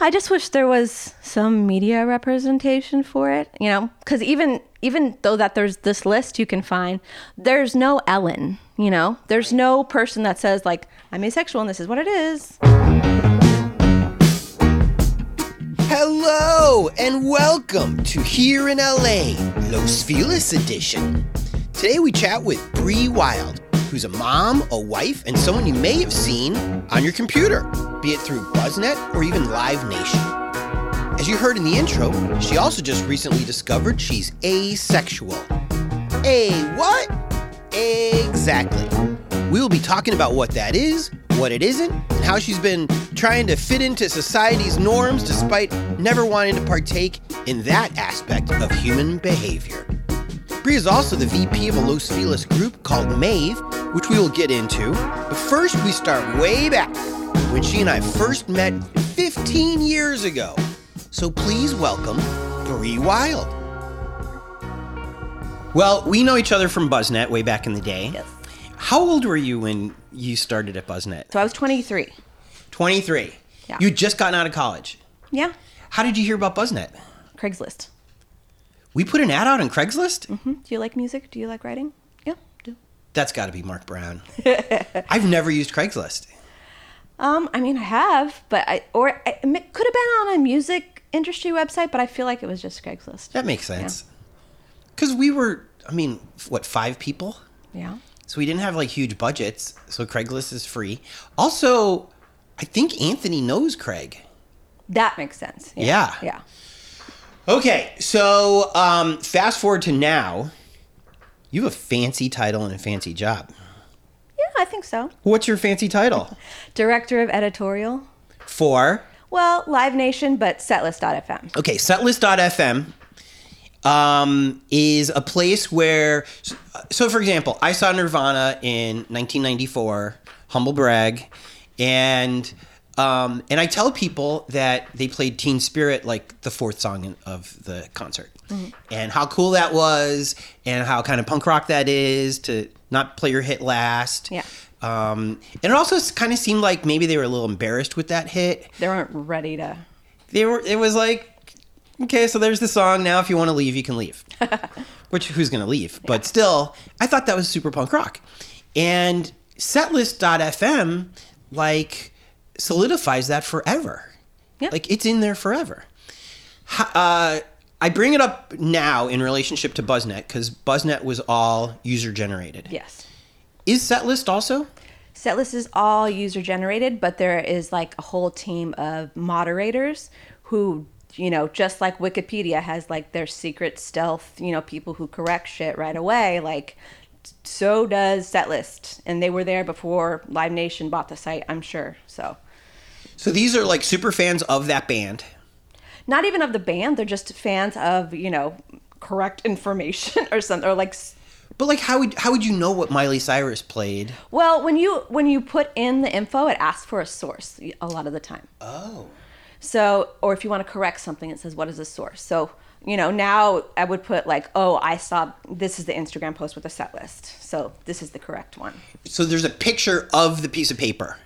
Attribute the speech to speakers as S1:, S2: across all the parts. S1: I just wish there was some media representation for it, you know, because even even though that there's this list you can find, there's no Ellen, you know, there's no person that says like I'm asexual and this is what it is.
S2: Hello and welcome to Here in LA, Los Feliz edition. Today we chat with Bree Wild, who's a mom, a wife, and someone you may have seen on your computer, be it through BuzzNet or even Live Nation. As you heard in the intro, she also just recently discovered she's asexual. A what? Exactly. We will be talking about what that is, what it isn't, and how she's been trying to fit into society's norms despite never wanting to partake in that aspect of human behavior. Bree is also the VP of a Los Feliz group called Mave, which we will get into. But first, we start way back when she and I first met 15 years ago. So please welcome Bree Wild. Well, we know each other from BuzzNet way back in the day.
S1: Yes.
S2: How old were you when you started at BuzzNet?
S1: So I was 23.
S2: 23.
S1: Yeah.
S2: You had just gotten out of college.
S1: Yeah,
S2: How did you hear about BuzzNet?
S1: Craigslist.
S2: We put an ad out on Craigslist?
S1: Hmm? Do you like music? Do you like writing? Yeah, do.
S2: That's got to be Mark Brown. I've never used Craigslist.
S1: Um, I mean, I have, but I or I, it mi- could have been on a music industry website, but I feel like it was just Craigslist.
S2: That makes sense. Because we were, I mean, f- what, five people?
S1: Yeah.
S2: So we didn't have like huge budgets. So Craigslist is free. Also, I think Anthony knows Craig.
S1: That makes sense.
S2: Yeah.
S1: Yeah.
S2: Okay, so um, fast forward to now. You have a fancy title and a fancy job.
S1: Yeah, I think so.
S2: What's your fancy title?
S1: Director of editorial.
S2: For
S1: Well, Live Nation, but setlist.fm.
S2: Okay, setlist.fm um, is a place where, so for example, I saw Nirvana in 1994, humble brag, and um, and I tell people that they played Teen Spirit like the fourth song in- of the concert, and how cool that was, and how kind of punk rock that is to not play your hit last.
S1: Yeah.
S2: Um, and it also kind of seemed like maybe they were a little embarrassed with that hit
S1: They weren't ready to.
S2: they were it was like okay so there's the song now if you want to leave you can leave which who's gonna leave but still i thought that was super punk rock and setlist.fm like solidifies that forever
S1: Yeah.
S2: like it's in there forever Ha- uh, i bring it up now in relationship to buzznet because buzznet was all user generated
S1: Yes.
S2: is setlist also
S1: Setlist is all user generated, but there is like a whole team of moderators who, you know, just like Wikipedia has like their secret stealth, you know, people who correct shit right away. Like, so does Setlist. And they were there before Live Nation bought the site, I'm sure. So,
S2: so these are like super fans of that band
S1: not even of the band, they're just fans of, you know, correct information or something, or like s-
S2: but like how would how would you know what miley cyrus played
S1: Well, when you when you put in the info, it asks for a source a lot of the time.
S2: oh
S1: So, or if you want to correct something, it says what is the source. So, you know, now I would put like, oh, I saw this is the Instagram post with a set list. So this is the correct one.
S2: So there's a picture of the piece of paper.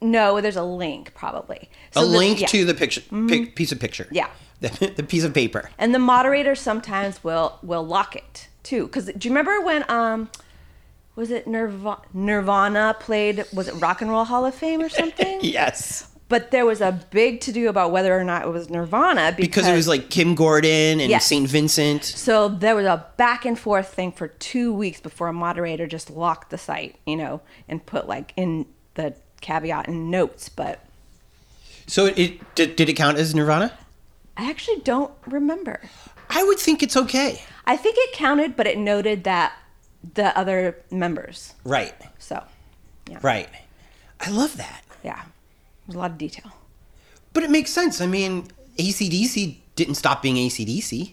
S1: No, there's a link probably. So
S2: a
S1: the-
S2: link
S1: yeah. Mm-hmm.
S2: to the picture pic, piece of picture.
S1: Yeah.
S2: The, the piece of paper.
S1: and the moderator sometimes will will lock it too. Because do you remember when um. Was it Nirvana, Nirvana played? Was it Rock and Roll Hall of Fame or something?
S2: Yes.
S1: But there was a big to do about whether or not it was Nirvana because,
S2: Because it was like Kim Gordon and
S1: Yes.
S2: St. Vincent.
S1: so there was a back and forth thing for two weeks before a moderator just locked the site, you know, and put like in the caveat and notes. But
S2: So it, it did, did it count as Nirvana?
S1: I actually don't remember.
S2: I would think it's okay.
S1: I think it counted, but it noted that the other members.
S2: Right.
S1: So
S2: Right. I love that.
S1: yeah, there's a lot of detail.
S2: But it makes sense. I mean, ACDC didn't stop being ACDC.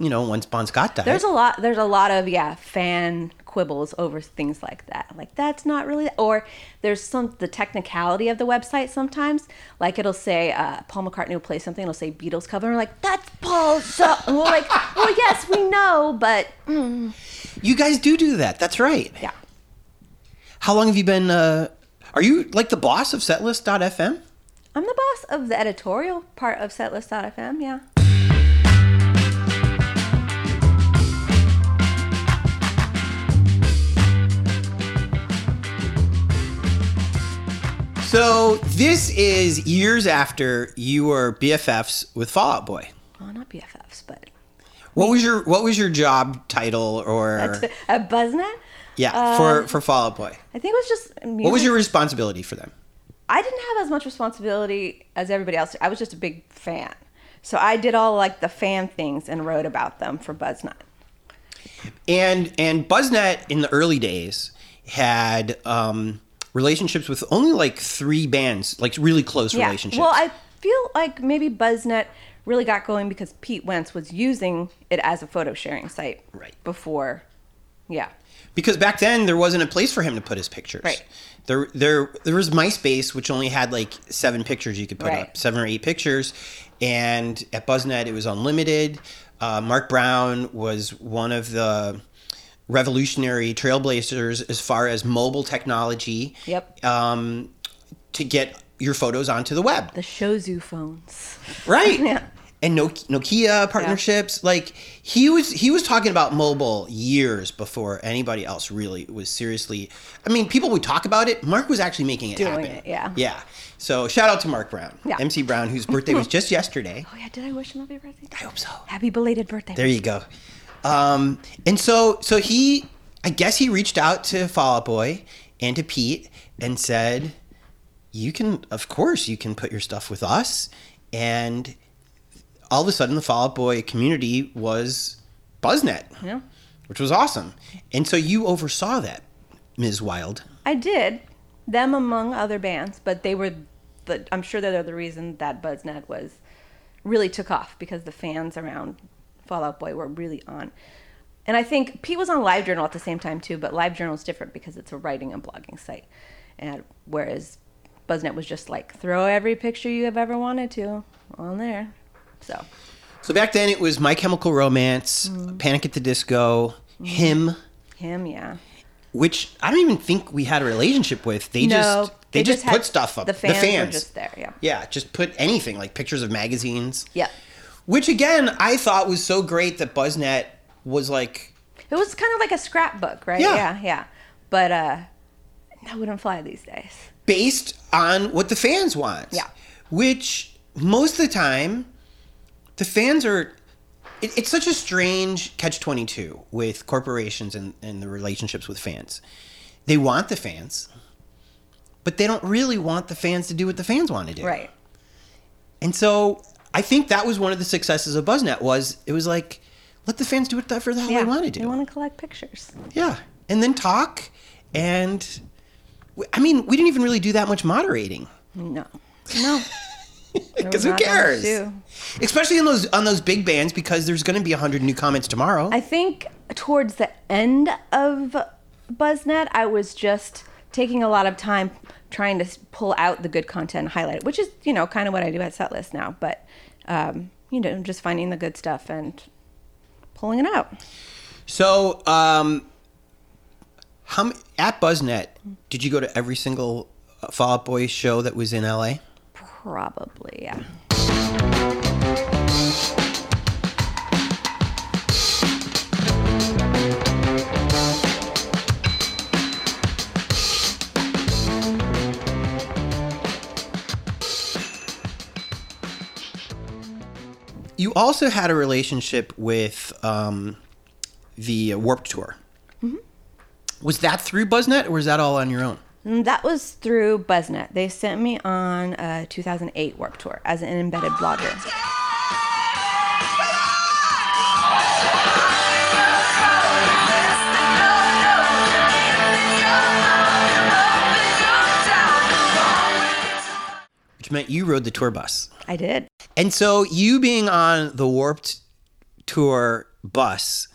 S2: You know, once Bon Scott died.
S1: There's a lot. There's a lot of yeah fan quibbles over things like that. Like that's not really. Or there's some the technicality of the website sometimes. Like it'll say uh, Paul McCartney will play something. It'll say Beatles cover. And we're like that's Paul. So and we're like, well yes we know, but mm,
S2: you guys do do that. That's right.
S1: yeah.
S2: How long have you been? Uh, are you like the boss of Setlist.fm?
S1: I'm the boss of the editorial part of setlist.fm, yeah.
S2: So this is years after you were BFFs with Fallout Boy.
S1: Well, not BFFs, but
S2: What was your What was your job title or
S1: at Buzznet.
S2: yeah for
S1: Um,
S2: for Fallout Boy?
S1: I think it was just music.
S2: What was your responsibility for them?
S1: I didn't have as much responsibility as everybody else. I was just a big fan. So I did all like the fan things and wrote about them for Buzznet.
S2: And and Buzznet in the early days had um, relationships with only like three bands, like really close relationships.
S1: Well, I feel like maybe Buzznet really got going because Pete Wentz was using it as a photo sharing site
S2: Right.
S1: before. Yeah.
S2: because back then there wasn't a place for him to put his pictures.
S1: Right.
S2: There, there, there was MySpace, which only had like seven pictures you could put
S1: Right.
S2: up, seven or eight pictures, and at BuzzNet it was unlimited. Uh, Mark Brown was one of the revolutionary trailblazers as far as mobile technology
S1: Yep.
S2: um, to get your photos onto the web.
S1: the Shozu phones.
S2: Right.
S1: Yeah.
S2: And Nok- Nokia partnerships, like he was, he was talking about mobile years before anybody else really was seriously. I mean, people would talk about it. Mark was actually making it
S1: Doing
S2: happen.
S1: it, yeah.
S2: Yeah. So shout out to Mark Brown,
S1: Yeah.
S2: MC Brown, whose birthday was just yesterday.
S1: Oh, yeah. Did I wish him happy birthday?
S2: I hope so.
S1: Happy belated birthday.
S2: There you go. Um, and so, so he, I guess he reached out to Fall Out Boy and to Pete and said, "You can, of course, you can put your stuff with us." And all of a sudden, the Fall Out Boy community was Buzznet,
S1: Yeah.
S2: which was awesome. And so you oversaw that, Ms. Wild.
S1: I did them among other bands, but they were the I'm sure that they're the reason that Buzznet was really took off because the fans around Fallout Boy were really on. And I think Pete was on LiveJournal at the same time too, but LiveJournal is different because it's a writing and blogging site, and whereas Buzznet was just like throw every picture you have ever wanted to on there. So
S2: So back then, it was My Chemical Romance, Panic at the Disco, him.
S1: him, yeah.
S2: which I don't even think we had a relationship with. They just they, just,
S1: had-
S2: put stuff up.
S1: The fans,
S2: the fans.
S1: were just there, yeah.
S2: Yeah, just put anything like pictures of magazines.
S1: Yeah.
S2: Which again, I thought was so great that BuzzNet was like,
S1: It was kind of like a scrapbook, right?
S2: Yeah.
S1: yeah. yeah. But uh, that wouldn't fly these days.
S2: based on what the fans want.
S1: Yeah.
S2: Which most of the time, the fans are. It, it's such a strange catch 22 with corporations and, and the relationships with fans. They want the fans, but they don't really want the fans to do what the fans want to do.
S1: Right.
S2: And so I think that was one of the successes of BuzzNet was it was like, let the fans do whatever the hell they want to do.
S1: They want to collect pictures.
S2: yeah. And then talk. And w- I mean, we didn't even really do that much moderating
S1: No. No. There was
S2: because who
S1: not that much
S2: cares?
S1: to.
S2: Especially on those on those big bands because there's going to be 100 new comments tomorrow.
S1: I think towards the end of BuzzNet, I was just taking a lot of time trying to s- pull out the good content and highlight it, which is, you know, kind of what I do at Setlist now. But, um, you know, just finding the good stuff and pulling it out.
S2: so, um, how m- at BuzzNet did you go to every single uh, Fall Out Boy show that was in LA?
S1: Probably, yeah.
S2: You also had a relationship with um, the Warped Tour.
S1: Mm-hmm.
S2: Was that through BuzzNet or was that all on your own?
S1: Mm, That was through Buzznet. They sent me on a 2008 Warp Tour as an embedded blogger.
S2: Which meant you rode the tour bus.
S1: I did.
S2: And so you being on the Warped Tour bus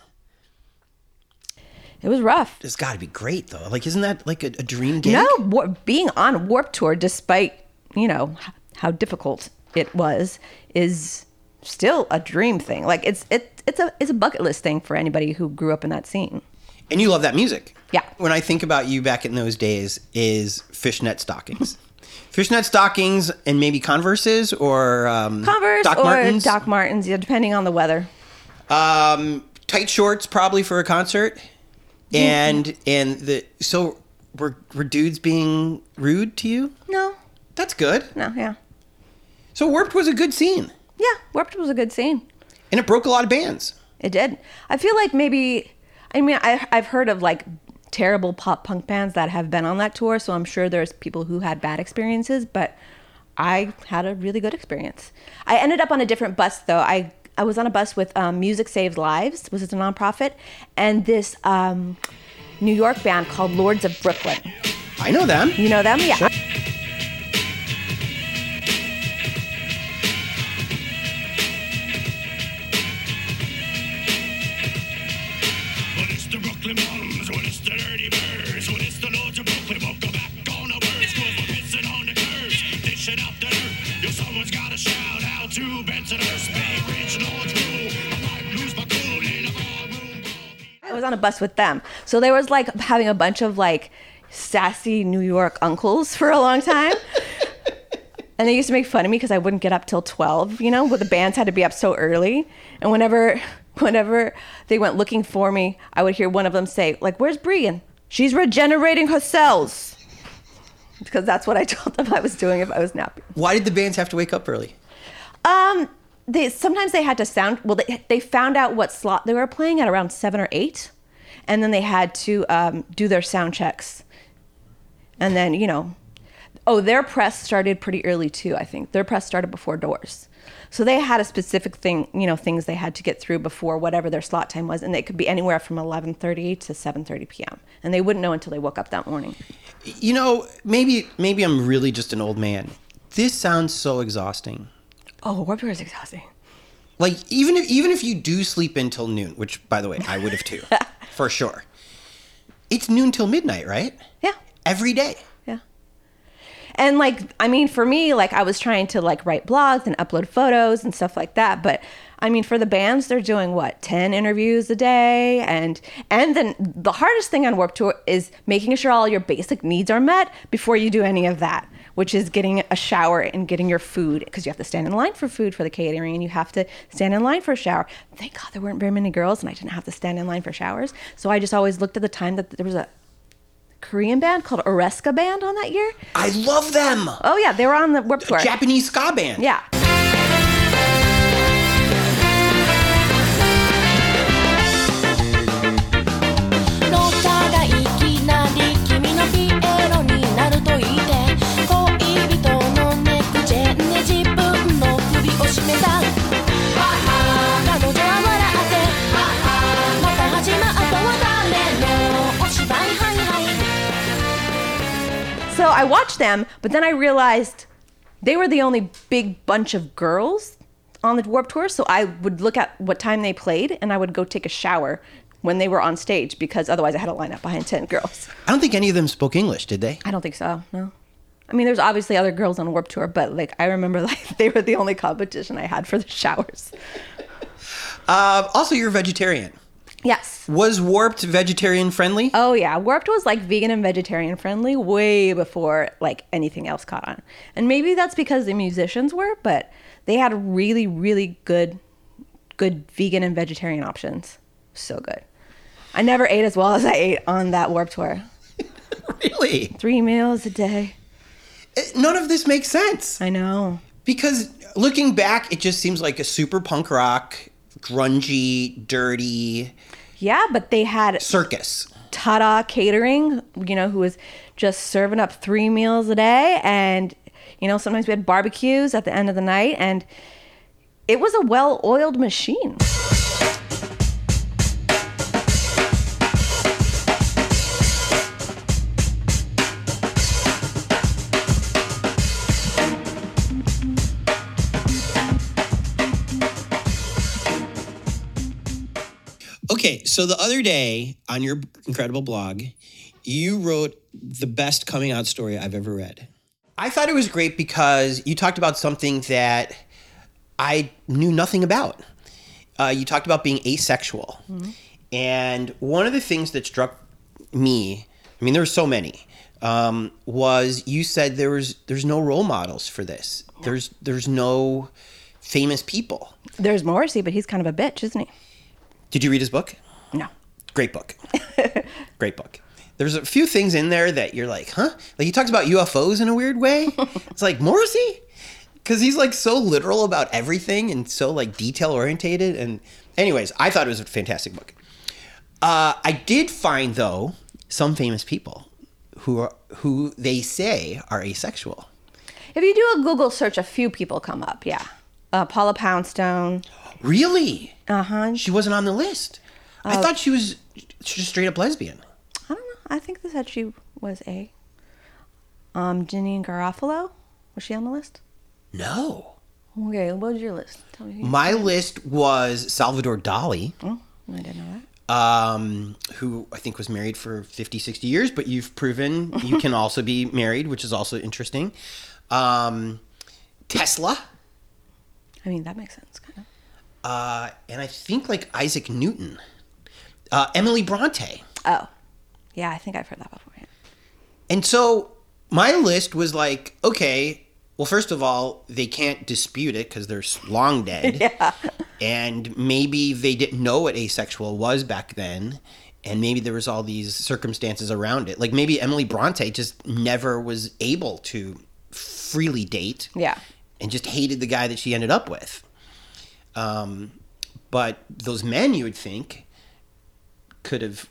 S1: It was rough.
S2: has got to be great though. Like, isn't that like a, a dream gig?
S1: No, war- being on Warp Tour, despite you know h- how difficult it was, is still a dream thing. Like it's it, it's a it's a bucket list thing for anybody who grew up in that scene.
S2: And you love that music.
S1: Yeah.
S2: When I think about you back in those days is fishnet stockings. Fishnet stockings and maybe Converses or um,
S1: Converse
S2: Doc
S1: or
S2: Martens.
S1: Doc Martens, yeah, depending on the weather.
S2: um, tight shorts probably for a concert, and and the so were were dudes being rude to you?
S1: No,
S2: That's good.
S1: no, yeah,
S2: So Warped was a good scene,
S1: yeah. Warped was a good scene.
S2: and it broke a lot of bands.
S1: It did. I feel like maybe, I mean, I, I've heard of like terrible pop punk bands that have been on that tour, so I'm sure there's people who had bad experiences, but I had a really good experience. I ended up on a different bus though. I, I was on a bus with um, Music Saves Lives, which is a nonprofit, and this um, New York band called Lords of Brooklyn.
S2: I know them.
S1: You know them? Yeah.
S3: When it's the Brooklyn Bombs, when it's the Dirty Birds, when it's the Lords of Brooklyn, won't go back on the words, cause we're missing on the curves, dishing out the dirt. Yo, someone's gotta shout out to Benson Hurst, Bay Ridge, Lord's Crew. I might lose my cool in a barroom brawl.
S1: I was on a bus with them. So there was like having a bunch of like sassy New York uncles for a long time. and they used to make fun of me because I wouldn't get up till 12, you know, but the bands had to be up so early. And whenever whenever they went looking for me, I would hear one of them say, like, where's Brian? She's regenerating her cells. Because that's what I told them I was doing if I was napping.
S2: Why did the bands have to wake up early?
S1: Um, they sometimes they had to sound well. They, they found out what slot they were playing at around seven or eight, and then they had to um, do their sound checks, and then you know, oh, their press started pretty early too. I think their press started before doors, so they had a specific thing, you know, things they had to get through before whatever their slot time was, and it could be anywhere from eleven thirty to seven thirty p.m. and they wouldn't know until they woke up that morning.
S2: You know, maybe maybe I'm really just an old man. This sounds so exhausting.
S1: Oh, Warped Tour is exhausting.
S2: Like even if even if you do sleep until noon, which by the way I would have too, for sure. It's noon till midnight, right?
S1: Yeah.
S2: Every day.
S1: Yeah. And like, I mean, for me, like I was trying to like write blogs and upload photos and stuff like that. But I mean, for the bands, they're doing what ten interviews a day, and and then the hardest thing on Warp Tour is making sure all your basic needs are met before you do any of that, which is getting a shower and getting your food because you have to stand in line for food for the catering, and you have to stand in line for a shower. Thank God there weren't very many girls, and I didn't have to stand in line for showers. So I just always looked at the time that there was a Korean band called Oreska Band on that year.
S2: I love them.
S1: Oh yeah, they were on the Warp Tour.
S2: Japanese ska band.
S1: yeah.
S4: 「ロッカーがいきなり君のピエロになると言って」「恋人のネクチェンで自分の首を絞めた」「彼女は笑って」「また始まったは誰のお芝居ハイハイ」
S1: So I watched them, but then I realized they were the only big bunch of girls on the Warp Tour. So I would look at what time they played, and I would go take a shower when they were on stage because otherwise I had a lineup behind ten girls.
S2: I don't think any of them spoke English, did they?
S1: I don't think so. No. I mean, there's obviously other girls on Warp Tour, but like I remember, like they were the only competition I had for the showers.
S2: Uh, also, you're a vegetarian.
S1: Yes.
S2: Was Warped vegetarian friendly?
S1: Oh yeah, Warped was like vegan and vegetarian friendly way before like anything else caught on. And maybe that's because the musicians were, but they had really really good good vegan and vegetarian options. So good. I never ate as well as I ate on that Warped tour.
S2: Really?
S1: 3 meals a day.
S2: Uh, None of this makes sense.
S1: I know.
S2: Because looking back, it just seems like a super punk rock, grungy, dirty
S1: Yeah, but they had
S2: circus.
S1: Tada Catering, you know, who was just serving up three meals a day. And, you know, sometimes we had barbecues at the end of the night. And it was a well oiled machine.
S2: Okay, so the other day on your incredible blog, you wrote the best coming out story I've ever read. I thought it was great because you talked about something that I knew nothing about. Uh, you talked about being asexual. And one of the things that struck me, I mean, there were so many, um, was you said there was there's no role models for this. There's there's no famous people.
S1: There's Morrissey, but he's kind of a bitch, isn't he?
S2: Did you read his book?
S1: No.
S2: Great book. Great book. There's a few things in there that you're like, huh? Like he talks about UFOs in a weird way. it's like Morrissey, because he's like so literal about everything and so like detail orientated. And anyways, I thought it was a fantastic book. Uh, I did find though some famous people who are who they say are asexual.
S1: If you do a Google search, a few people come up. Yeah. Uh, Paula Poundstone.
S2: Really?
S1: Uh huh.
S2: She wasn't on the list. I thought she was she's just straight up lesbian.
S1: I don't know. I think this said she was a. Um, Janine Garofalo. Was she on the list?
S2: No.
S1: Okay, what was your list? Tell me.
S2: My list was Salvador Dali,
S1: Oh, I didn't know that.
S2: um, who I think was married for 50, 60 years, but you've proven you can also be married, which is also interesting. Um, Tesla,
S1: I mean, that makes sense, kind of.
S2: uh, and I think like Isaac Newton, uh, Emily Bronte.
S1: Oh, yeah, I think I've heard that before. yeah.
S2: And so my list was like, okay, well, first of all, they can't dispute it because they're s- long dead. And maybe they didn't know what asexual was back then. And maybe there was all these circumstances around it. Like maybe Emily Bronte just never was able to freely date.
S1: Yeah.
S2: And just hated the guy that she ended up with. Um, but those men, you would think, could have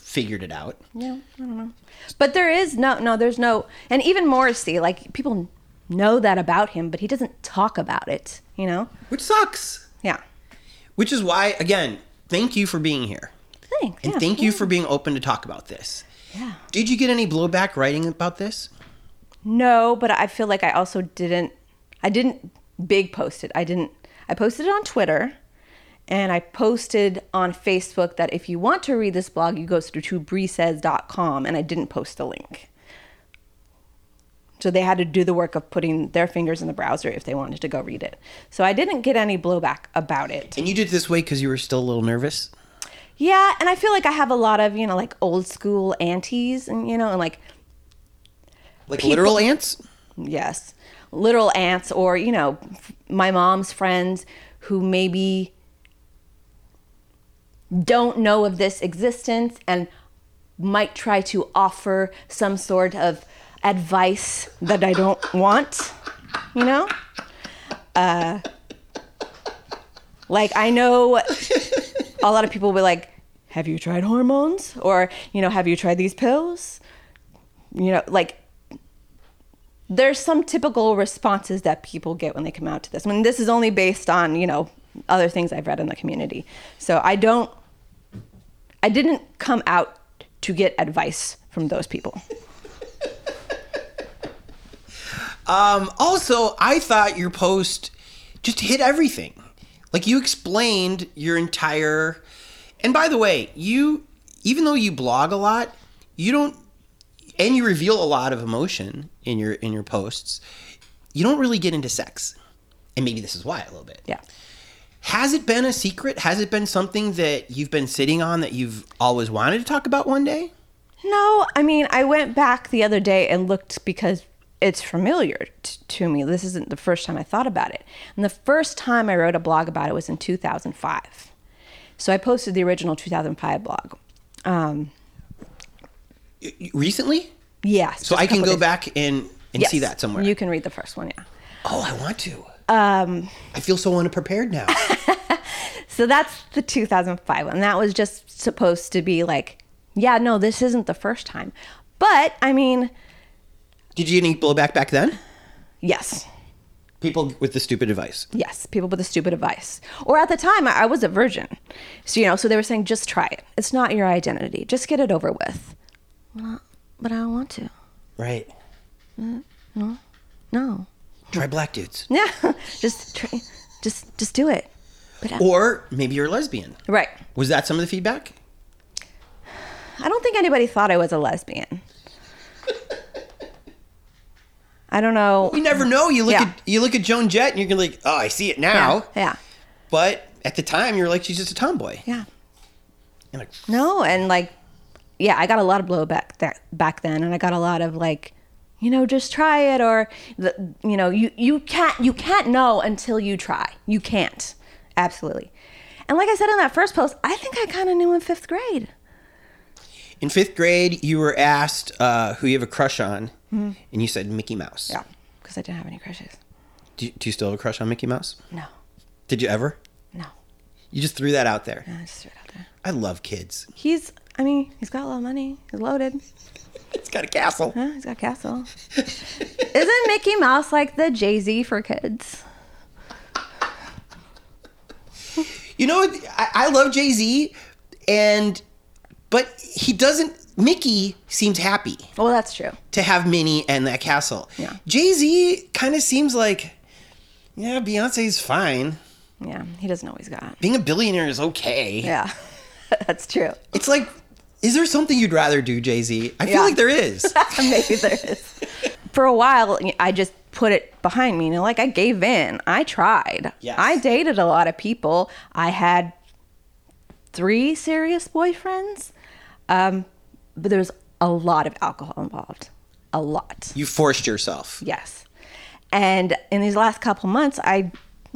S2: figured it out.
S1: Yeah, I don't know. But there is no, no, there's no, and even Morrissey, like people know that about him, but he doesn't talk about it. You know?
S2: Which sucks.
S1: Yeah.
S2: Which is why, again, thank you for being here.
S1: Thanks.
S2: And
S1: yeah.
S2: thank you for being open to talk about this.
S1: Yeah.
S2: Did you get any blowback writing about this?
S1: No, but I feel like I also didn't. I didn't big post it. I didn't. I posted it on Twitter, and I posted on Facebook that if you want to read this blog, you go to tobreesays.com, and I didn't post the link. So they had to do the work of putting their fingers in the browser if they wanted to go read it. So I didn't get any blowback about it.
S2: And you did this way because you were still a little nervous?
S1: Yeah, and I feel like I have a lot of you know like old school aunties, and you know, and like
S2: Like
S1: People-
S2: literal ants?
S1: yes literal aunts or you know f- my mom's friends who maybe don't know of this existence and might try to offer some sort of advice that i don't want you know uh like i know a lot of people were like have you tried hormones or you know have you tried these pills you know like there's some typical responses that people get when they come out to this. I mean, this is only based on, you know, other things I've read in the community. So I don't, I didn't come out to get advice from those people.
S2: Um, also, I thought your post just hit everything. Like you explained your entire. And by the way, you even though you blog a lot, you don't, and you reveal a lot of emotion in your in your posts. You don't really get into sex, and maybe this is why a little bit.
S1: Yeah.
S2: Has it been a secret? Has it been something that you've been sitting on that you've always wanted to talk about one day?
S1: No, I mean, I went back the other day and looked because it's familiar t- to me. This isn't the first time I thought about it. And the first time I wrote a blog about it was in 2005. So I posted the original 2005 blog. Um,
S2: Recently?
S1: yeah.
S2: So I can go back and, and see that somewhere.
S1: You can read the first one, yeah.
S2: Oh, I want to. Um, I feel so unprepared now.
S1: So that's the 2005 one. That was just supposed to be like, yeah, no, this isn't the first time. But I mean,
S2: Did you get any blowback back then?
S1: yes,
S2: People with the stupid advice.
S1: yes, people with a stupid advice. Or at the time, I, I was a virgin. So, you know, so they were saying, just try it. It's not your identity. Just get it over with. Well, but I don't want to.
S2: Right.
S1: No.
S2: Try black dudes.
S1: Yeah. just, try, just, just do it. But I,
S2: Or maybe you're a lesbian.
S1: right.
S2: Was that some of the feedback?
S1: I don't think anybody thought I was a lesbian. I don't know.
S2: You never know. You look
S1: Yeah.
S2: at you look at Joan Jett and you're like, oh, I see it now.
S1: Yeah.
S2: But at the time, you're like, she's just a tomboy.
S1: Yeah.
S2: You're like,
S1: No, and like yeah, I got a lot of blowback that back then, and I got a lot of like, you know, just try it, or the, you know, you you can't you can't know until you try. You can't, absolutely. And like I said in that first post, I think I kind of knew in fifth grade.
S2: In fifth grade, you were asked uh, who you have a crush on,
S1: Mm-hmm.
S2: and you said Mickey Mouse.
S1: because I didn't have any crushes.
S2: Do, do you still have a crush on Mickey Mouse?
S1: No,
S2: Did you ever?
S1: no,
S2: You just threw that out there.
S1: I just threw it out there.
S2: I love kids.
S1: He's, I mean, he's got a lot of money. He's loaded.
S2: It's got a castle.
S1: Huh? He's got a castle. Isn't Mickey Mouse like the Jay Z for kids?
S2: You know, I, I love Jay Z, and but he doesn't. Mickey seems happy
S1: Well, that's true.
S2: to have Minnie and that castle.
S1: Yeah.
S2: Jay Z kind of seems like, yeah, Beyonce's fine.
S1: Yeah, he doesn't always got.
S2: Being a billionaire is okay.
S1: Yeah, that's true.
S2: It's like, is there something you'd rather do, Jay Z? I feel
S1: Yeah.
S2: like there is.
S1: Maybe there is. For a while, I just put it behind me. You know, like I gave in. I tried.
S2: Yes.
S1: I dated a lot of people. I had three serious boyfriends, um, but there was a lot of alcohol involved. A lot.
S2: you forced yourself.
S1: Yes. And in these last couple months, I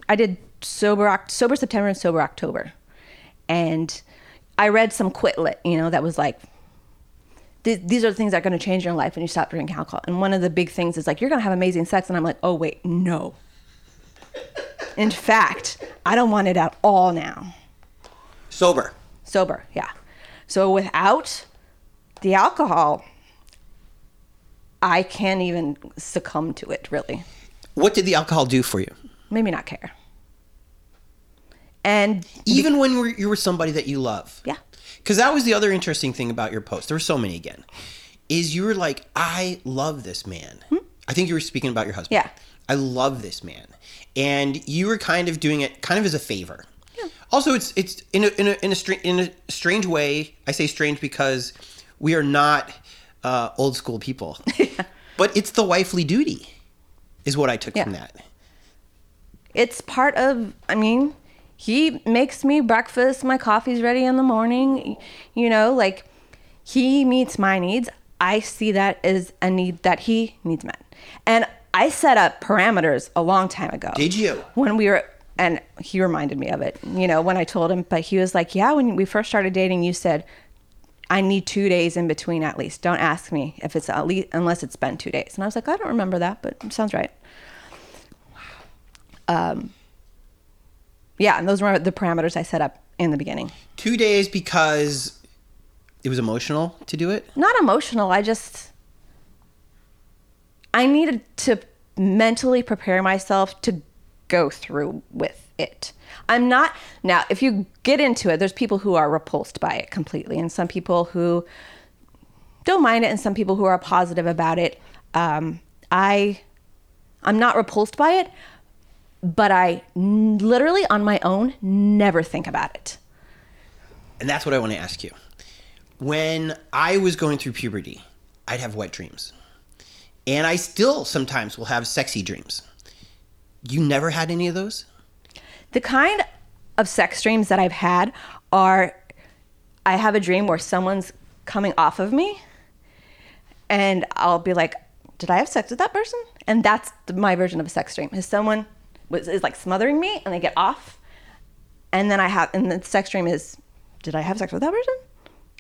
S1: I did sober Oc- sober September and sober October, and I read some quitlet, you know, that was like. "Th- These are the things that are going to change your life when you stop drinking alcohol. And one of the big things is like, you're going to have amazing sex. And I'm like, oh, wait, no. In fact, I don't want it at all now
S2: Sober.
S1: sober yeah so without the alcohol i can't even succumb to it really
S2: What did the alcohol do for you?
S1: made me not care and
S2: Even when you were- you were somebody that you love.
S1: yeah
S2: Because that was the other interesting thing about your post. There were so many again. Is you were like, I love this man. I think you were speaking about your husband.
S1: Hmm? Yeah.
S2: I love this man, and you were kind of doing it kind of as a favor. Yeah. Also, it's it's in a in a in a, str- in a strange way. I say strange because we are not uh, old school people, but it's the wifely duty, is what I took from
S1: Yeah.
S2: that.
S1: it's part of i mean he makes me breakfast my coffee's ready in the morning you know like he meets my needs i see that as a need that he needs met and i set up parameters a long time ago
S2: Did you?
S1: when we were and he reminded me of it you know when i told him but he was like yeah when we first started dating you said i need two days in between at least don't ask me if it's at least unless it's been two days and i was like i don't remember that but it sounds right yeah and those were the parameters i set up in the beginning
S2: Two days because it was emotional to do it.
S1: not emotional i just i needed to mentally prepare myself to go through with it i'm not now if you get into it there's people who are repulsed by it completely and some people who don't mind it and some people who are positive about it um, i i'm not repulsed by it but i n- literally on my own never think about it
S2: And that's what I want to ask you. When I was going through puberty, I'd have wet dreams. And I still sometimes will have sexy dreams. You never had any of those?
S1: the kind of sex dreams that I've had are I have a dream where someone's coming off of me and I'll be like, did I have sex with that person? And that's th- my version of a sex dream. Is someone was is like smothering me and they get off and then I have and the sex dream is did I have sex with that person?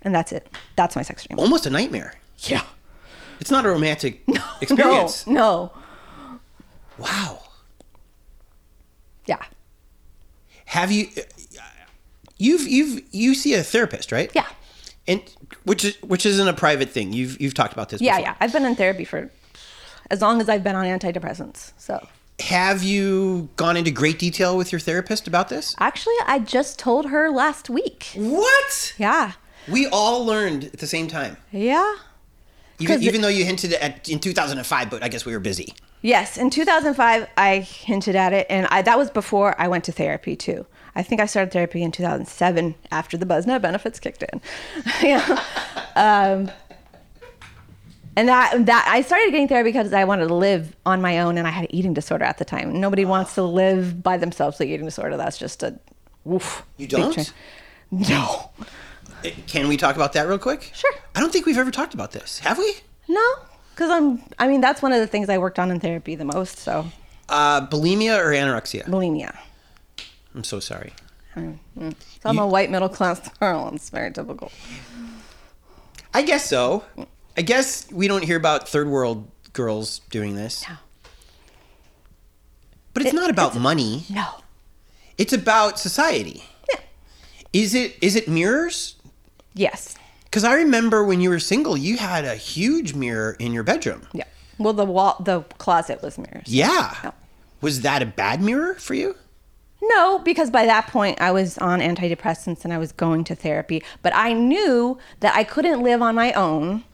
S1: And that's it. That's my sex dream.
S2: Almost a nightmare.
S1: Yeah.
S2: It's not a romantic
S1: No.
S2: experience.
S1: No.
S2: Wow.
S1: Yeah.
S2: Have you uh, you've you've you see a therapist, right?
S1: Yeah.
S2: And which is which isn't a private thing. You've you've talked about this
S1: Yeah,
S2: before.
S1: yeah. I've been in therapy for as long as I've been on antidepressants. So
S2: Have you gone into great detail with your therapist about this?
S1: Actually, I just told her last week.
S2: What?
S1: Yeah.
S2: We all learned at the same time.
S1: Yeah.
S2: Even,
S1: 'Cause
S2: even though you hinted at in 2005, but I guess we were busy.
S1: Yes, in 2005 I hinted at it and I that was before I went to therapy too. I think I started therapy in 2007 after the BuzzNet benefits kicked in. yeah. Um and that that I started getting therapy because I wanted to live on my own and I had an eating disorder at the time. Nobody wants to live by themselves with eating disorder. That's just a woof.
S2: You
S1: big
S2: don't?
S1: tra- No.
S2: Eh, Can we talk about that real quick?
S1: Sure.
S2: I don't think we've ever talked about this, have we?
S1: No, because I'm. I mean, that's one of the things I worked on in therapy the most. So
S2: Uh, bulimia or anorexia?
S1: bulimia.
S2: I'm so sorry.
S1: So I'm
S2: You-
S1: a white middle class girl. It's very typical.
S2: I guess so. I guess we don't hear about third world girls doing this.
S1: No.
S2: But it's not about money.
S1: No.
S2: It's about society.
S1: Yeah.
S2: Is it is it mirrors?
S1: Yes.
S2: Cuz I remember when you were single, you had a huge mirror in your bedroom.
S1: Yeah. Well, the wall, the closet was mirrors.
S2: Yeah.
S1: No.
S2: Was that a bad mirror for you?
S1: No, because by that point I was on antidepressants and I was going to therapy, but I knew that I couldn't live on my own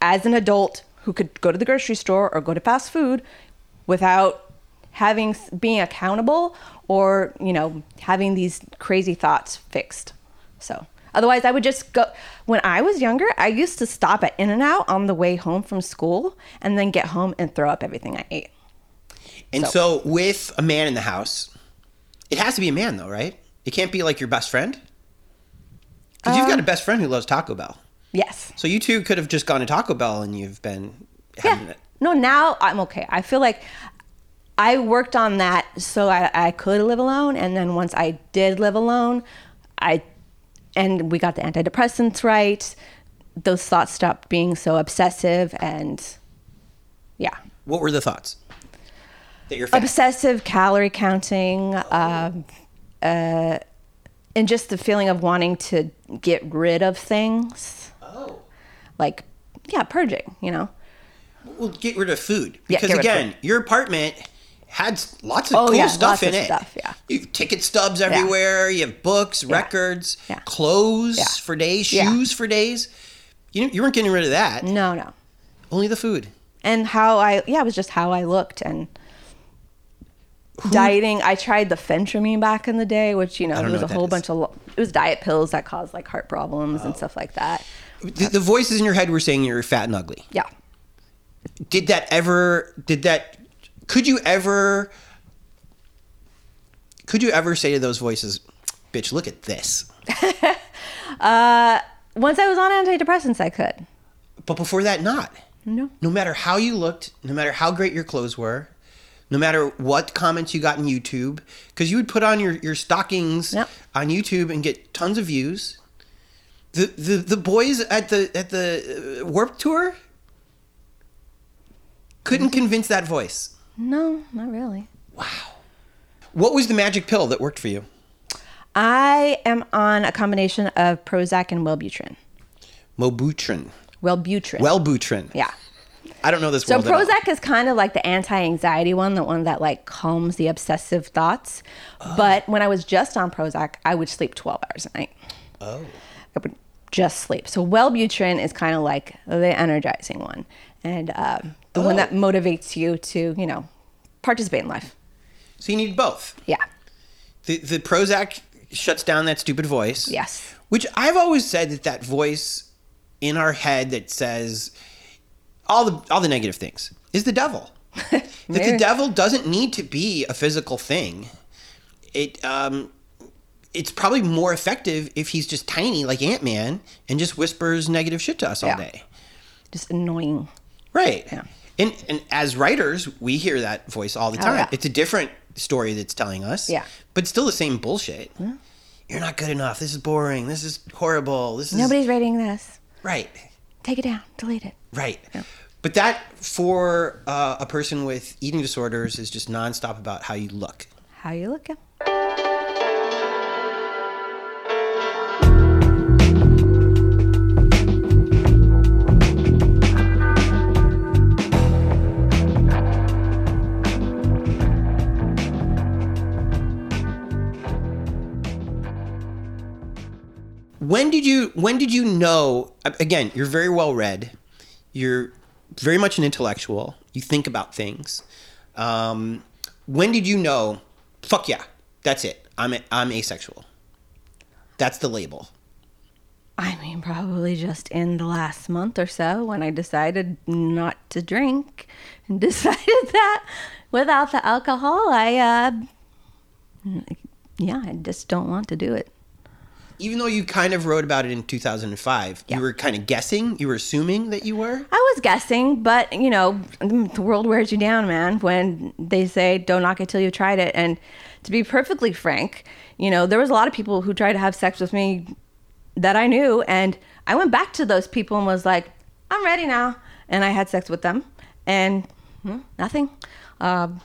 S1: as an adult who could go to the grocery store or go to fast food without having being accountable or, you know, having these crazy thoughts fixed. So, otherwise I would just go when I was younger, I used to stop at In-N-Out on the way home from school and then get home and throw up everything I ate.
S2: And so, with a man in the house, it has to be a man though, right? It can't be like your best friend. Cuz you've got a best friend who loves Taco Bell.
S1: Yes.
S2: So you two could have just gone to Taco Bell and you've been having
S1: Yeah.
S2: it.
S1: No, now I'm okay. I feel like I worked on that so I, I could live alone. And then once I did live alone, I and we got the antidepressants right. Those thoughts stopped being so obsessive and yeah,
S2: What were the thoughts? That you're
S1: obsessive calorie counting, um, uh, and just the feeling of wanting to get rid of things,
S2: Oh.
S1: like yeah, purging. You know,
S2: Well, get rid of food
S1: Yeah,
S2: because
S1: get rid of
S2: again, your apartment had s- lots of
S1: Oh,
S2: cool
S1: yeah,
S2: stuff
S1: lots
S2: in
S1: of
S2: it.
S1: stuff, yeah.
S2: You have ticket stubs everywhere. You have books, records,
S1: Yeah.
S2: clothes
S1: Yeah.
S2: for days,
S1: Yeah.
S2: shoes for days. You you weren't getting rid of that.
S1: no, no.
S2: Only the food.
S1: and how I yeah, it was just how I looked and dieting. I tried the fentramine back in the day, which you know,
S2: don't
S1: it
S2: know
S1: was
S2: what
S1: a
S2: that
S1: whole
S2: is. Oh.
S1: bunch of lo- it was diet pills that caused like heart problems and stuff like that.
S2: The, the voices in your head were saying you were fat and ugly.
S1: Yeah.
S2: Did that ever? Did that? Could you ever? Could you ever say to those voices, "Bitch, look at this"?
S1: Once I was on antidepressants, I could.
S2: But before that, not.
S1: No.
S2: No matter how you looked, no matter how great your clothes were, no matter what comments you got on YouTube, because you would put on your, your stockings
S1: Yep.
S2: on YouTube and get tons of views. The, the the boys at the at the uh, Warp Tour couldn't convince that voice.
S1: No, not really.
S2: What was the magic pill that worked for you?
S1: I am on a combination of Prozac and Wellbutrin.
S2: Mobutrin,
S1: Wellbutrin.
S2: Wellbutrin.
S1: yeah.
S2: I don't know this
S1: So
S2: world at all.
S1: Prozac is kind of like the anti-anxiety one, the one that like calms the obsessive thoughts.
S2: Oh.
S1: But when I was just on Prozac, I would sleep 12 hours a night.
S2: Oh.
S1: I would just sleep. So Wellbutrin is kind of like the energizing one, and um, the one that motivates you to, you know, participate in life.
S2: So you need both.
S1: Yeah.
S2: The the Prozac shuts down that stupid voice.
S1: Yes.
S2: Which I've always said that that voice in our head that says all the all the negative things is the devil. that the
S1: Maybe.
S2: devil doesn't need to be a physical thing. It um it's probably more effective if he's just tiny like Ant-Man and just whispers negative shit to us all
S1: Yeah.
S2: day.
S1: Just annoying.
S2: Right.
S1: Yeah.
S2: And and as writers, we hear that voice all the
S1: Oh,
S2: time.
S1: yeah.
S2: It's a different story that's telling us.
S1: Yeah.
S2: But still the same bullshit. You're not good enough. This is boring. This is horrible. This is
S1: Nobody's rating this.
S2: right.
S1: Take it down. Delete it.
S2: Right. But that for uh, a person with eating disorders is just nonstop about how you look.
S1: How you looking?
S2: When did you when did you know a- again, you're very well read. You're very much an intellectual. You think about things. Um, when did you know fuck yeah. That's it. I'm a, I'm asexual. That's the label.
S1: I mean, probably just in the last month or so when I decided not to drink and decided that without the alcohol, I, uh, yeah, I just don't want to do it.
S2: even though you kind of wrote about it in 2005,
S1: Yeah.
S2: you were kind of guessing, you were assuming that you were.
S1: I was guessing, but you know, the world wears you down, man, when they say don't knock it till you've tried it. And to be perfectly frank, you know, there was a lot of people who tried to have sex with me that I knew. And I went back to those people and was like, I'm ready now. And I had sex with them and hmm, nothing. Um,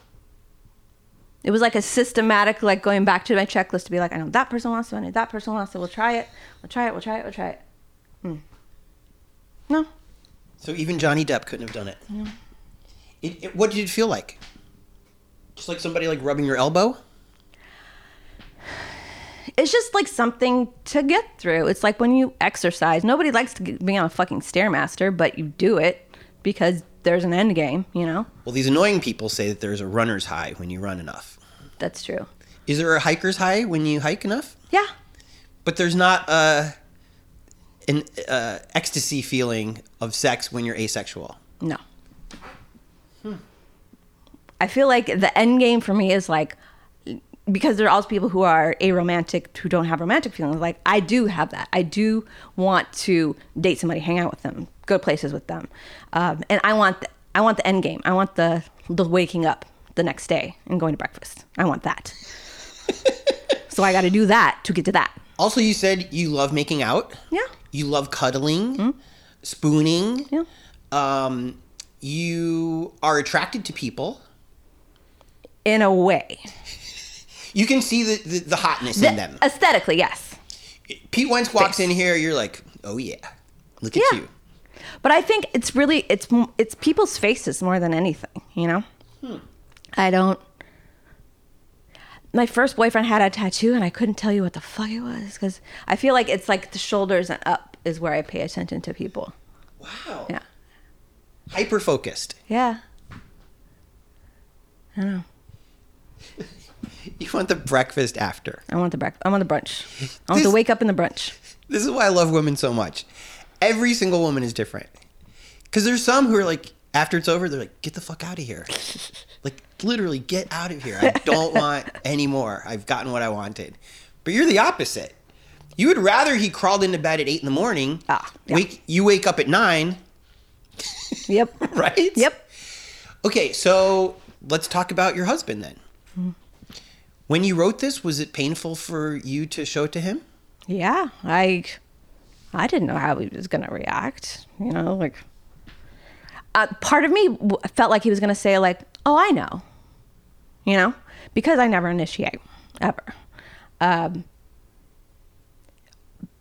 S1: it was like a systematic, like going back to my checklist to be like, I know that person wants to, I know that person wants to, we'll try it, we'll try it, we'll try it, we'll try it. Hmm. No,
S2: So even Johnny Depp couldn't have done it. It, it. What did it feel like? Just like somebody like rubbing your elbow?
S1: it's just like something to get through. It's like when you exercise. Nobody likes to be on a fucking stairmaster, but you do it because there's an end game. You know,
S2: Well, these annoying people say that there's a runner's high when you run enough.
S1: that's true.
S2: Is there a hiker's high when you hike enough?
S1: Yeah,
S2: But there's not a an uh, ecstasy feeling of sex when you're asexual.
S1: no. I feel like the end game for me is like because there are also people who are aromantic who don't have romantic feelings. Like I do have that. I do want to date somebody, hang out with them, go places with them, um, and I want the, I want the end game. I want the the waking up the next day and going to breakfast. I want that. so I got to do that to get to that.
S2: Also, you said you love making out.
S1: Yeah. Mm-hmm.
S2: You love cuddling, spooning.
S1: Yeah.
S2: Um, you are attracted to people.
S1: In a way,
S2: You can see the, the, the hotness in them.
S1: aesthetically, yes.
S2: Pete Wentz walks
S1: Face.
S2: in here, you're like, oh yeah, look at
S1: Yeah.
S2: you.
S1: But I think it's really it's it's people's faces more than anything, you know.
S2: Hmm.
S1: I don't. My first boyfriend had a tattoo, and I couldn't tell you what the fuck it was because I feel like it's like the shoulders and up is where I pay attention to people.
S2: Wow.
S1: Yeah,
S2: Hyper focused.
S1: yeah.
S2: You want the breakfast after.
S1: I want the breakfast. I want the brunch. I want to
S2: This-
S1: wake up in the brunch.
S2: This is why I love women so much. Every single woman is different. Because there's some who are like, after it's over, they're like, get the fuck out of here. like, literally, get out of here. I don't want any more. I've gotten what I wanted. But you're the opposite. You would rather he crawled into bed at eight in the morning.
S1: Ah, yeah.
S2: Wake you wake up at nine,
S1: Yep.
S2: right?
S1: Yep.
S2: Okay, so let's talk about your husband then.
S1: Mm-hmm.
S2: When you wrote this, was it painful for you to show it to him?
S1: Yeah. I I didn't know how he was gonna react. You know, like uh, part of me w- felt like he was gonna say like, "Oh, I know," you know, because I never initiate ever. Um,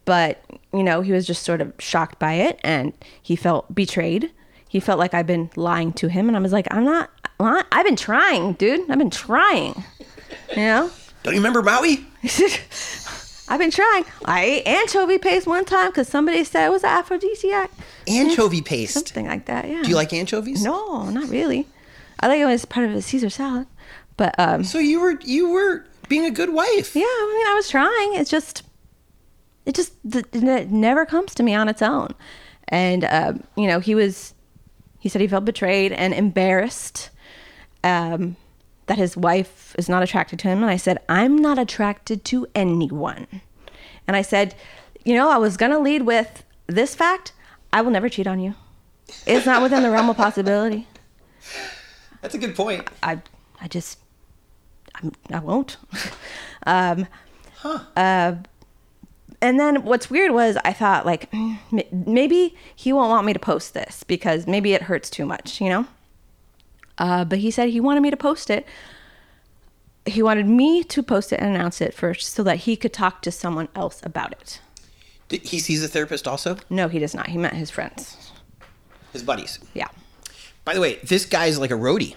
S1: but you know, he was just sort of shocked by it, and he felt betrayed. He felt like I've been lying to him, and I was like, "I'm not. lying. I've been trying, dude. I've been trying." You know.
S2: Don't you remember Maui?
S1: I've been trying. I ate anchovy paste one time because somebody said it was an aphrodisiac,
S2: Anchovy paste.
S1: something like that. Yeah.
S2: Do you like anchovies?
S1: No, not really. I think it was part of a Caesar salad, but um,
S2: So you were you were being a good wife.
S1: yeah. I mean, I was trying. It's just, it just th- it never comes to me on its own, and um, you know, he was, he said he felt betrayed and embarrassed. Um, that his wife is not attracted to him. And I said, I'm not attracted to anyone. And I said, You know, I was going to lead with this fact I will never cheat on you. It's not within the realm of possibility.
S2: That's a good point.
S1: I, I just, I'm, I won't. um, uh, and then what's weird was I thought, like, "Mm, m- maybe he won't want me to post this because maybe it hurts too much, you know? Uh, but he said he wanted me to post it. He wanted me to post it and announce it first so that he could talk to someone else about it.
S2: Did- He sees a therapist also,
S1: No, he does not. He met his friends.
S2: his buddies.
S1: Yeah.
S2: By the way, this guy's like a roadie.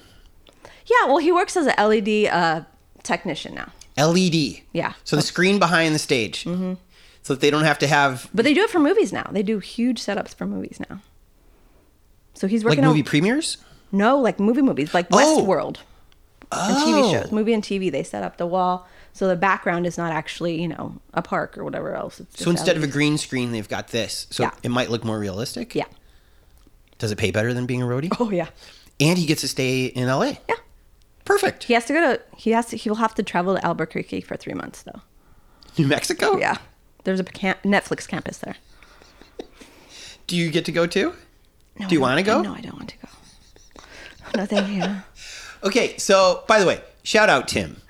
S1: Yeah, well, he works as a LED uh, technician now.
S2: LED.
S1: Yeah.
S2: E
S1: Mm-hmm.
S2: So the screen behind the stage, so that they don't have to have
S1: But they do it for movies now. They do huge setups for movies now. So he's
S2: like
S1: working
S2: movie
S1: on
S2: premieres.
S1: no, like movie movies, like
S2: Oh.
S1: Westworld and TV shows, movie and TV. They set up the wall so the background is not actually you know a park or whatever else. It's
S2: So instead of a green screen, they've got this. So
S1: Yeah.
S2: it might look more realistic.
S1: yeah,
S2: Does it pay better than being a roadie?
S1: oh yeah,
S2: And he gets to stay in LA.
S1: yeah.
S2: Perfect.
S1: He has to go to he has to he will have to travel to Albuquerque for three months though.
S2: New Mexico?
S1: Yeah, There's a cam- Netflix campus there.
S2: Do you get to go too?
S1: No,
S2: Do you
S1: I
S2: wanna
S1: don't-
S2: go?
S1: No, I don't want to go. No, thank you.
S2: Okay, so by the way, shout out Tim.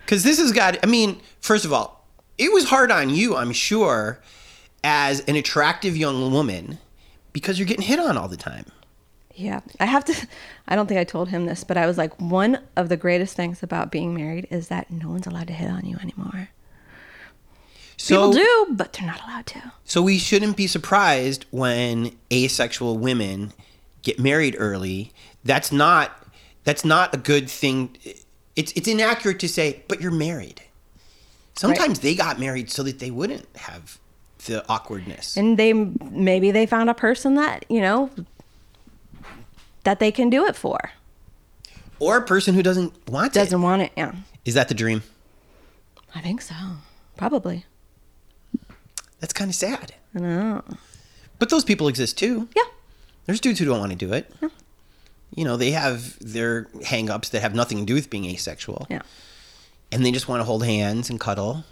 S2: Because this has got, I mean, first of all, it was hard on you, I'm sure, as an attractive young woman, because you're getting hit on all the time.
S1: Yeah, I have to. I don't think I told him this, but I was like, one of the greatest things about being married is that no one's allowed to hit on you anymore. People
S2: So,
S1: do, but they're not allowed to.
S2: so we shouldn't be surprised when asexual women get married early. That's not that's not a good thing. It's it's inaccurate to say, but you're married. Sometimes they got married so that they wouldn't have the awkwardness.
S1: And they maybe they found a person that you know that they can do it for.
S2: or a person who doesn't want it.
S1: Doesn't want it. Yeah,
S2: Is that the dream?
S1: I think so. Probably.
S2: That's kind of sad.
S1: I know.
S2: But those people exist too.
S1: Yeah.
S2: There's dudes who don't want to do it. You know, they have their hang-ups that have nothing to do with being asexual.
S1: Yeah.
S2: And they just want to hold hands and cuddle.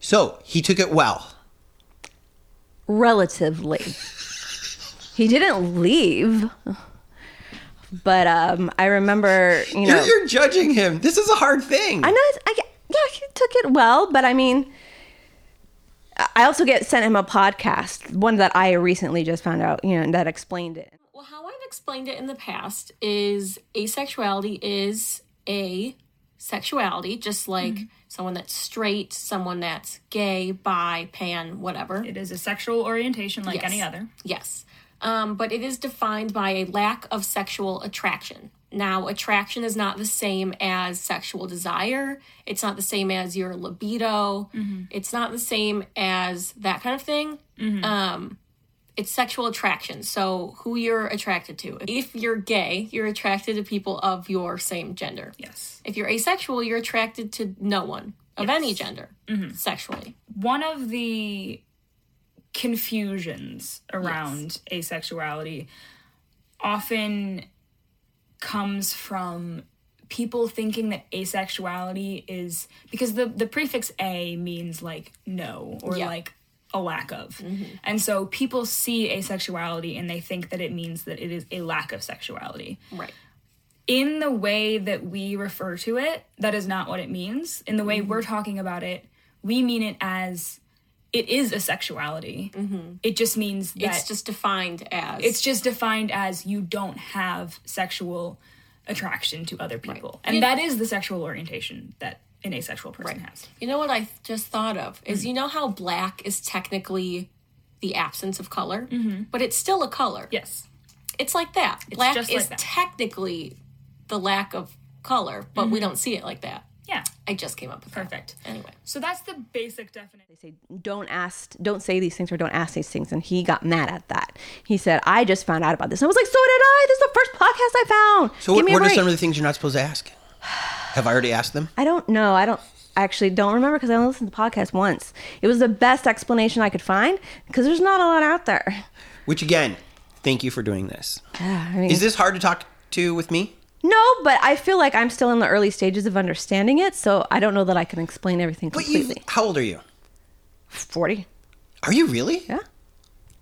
S2: So he took it well.
S1: relatively. he didn't leave. But um, I remember, you know,
S2: You're, you're judging him. This is a hard thing.
S1: I know, it's, I get- yeah, he took it well, but I mean, I- I also get sent him a podcast, one that I recently just found out, you know, that explained it.
S5: Well, how I've explained it in the past is asexuality is a sexuality, just like someone that's straight, someone that's gay, bi, pan, whatever.
S6: It is a sexual orientation like
S5: Yes.
S6: any other.
S5: Yes. Um, but it is defined by a lack of sexual attraction. Now, attraction is not the same as sexual desire. It's not the same as your libido. It's not the same as that kind of thing. Um, it's sexual attraction. So, who you're attracted to. If you're gay, you're attracted to people of your same gender.
S6: Yes.
S5: If you're asexual, you're attracted to no one of any gender sexually.
S6: One of the confusions around asexuality often comes from people thinking that asexuality is because the the prefix a means like no or
S5: Yeah. Mm-hmm.
S6: like a lack of. And so people see asexuality and they think that it means that it is a lack of sexuality.
S5: Right.
S6: in the way that we refer to it, that is not what it means. In the way
S5: Mm-hmm.
S6: we're talking about it, we mean it as it is a sexuality. It just means that
S5: Mm-hmm. It's just defined as.
S6: it's just defined as you don't have sexual attraction to other people, and that is the sexual orientation that an asexual person has.
S5: You know what I just thought of is
S6: Hmm.
S5: you know how black is technically the absence of color,
S6: Mm-hmm.
S5: but it's still a color.
S6: Yes,
S5: It's like that. black
S6: just like
S5: is
S6: that.
S5: technically the lack of color, but we don't see it like that.
S6: yeah,
S5: I just came up with that.
S6: Mm-hmm. perfect.
S5: Anyway,
S6: So that's the basic definition.
S1: They say, don't ask, don't say these things or don't ask these things. And he got mad at that. He said, I just found out about this. I was like, so did I. This is the first podcast I found.
S2: so
S1: Give
S2: what,
S1: me a
S2: what are
S1: break."
S2: some of the things you're not supposed to ask? Have I already asked them?
S1: I don't know. I don't I actually don't remember because I only listened to the podcast once. It was the best explanation I could find because there's not a lot out there.
S2: Which again, thank you for doing this.
S1: Yeah, I mean,
S2: Is this hard to talk to with me?
S1: no, but I feel like I'm still in the early stages of understanding it, so I don't know that I can explain everything
S2: But you,
S1: completely.
S2: how old are you?
S1: Forty.
S2: Are you really?
S1: Yeah.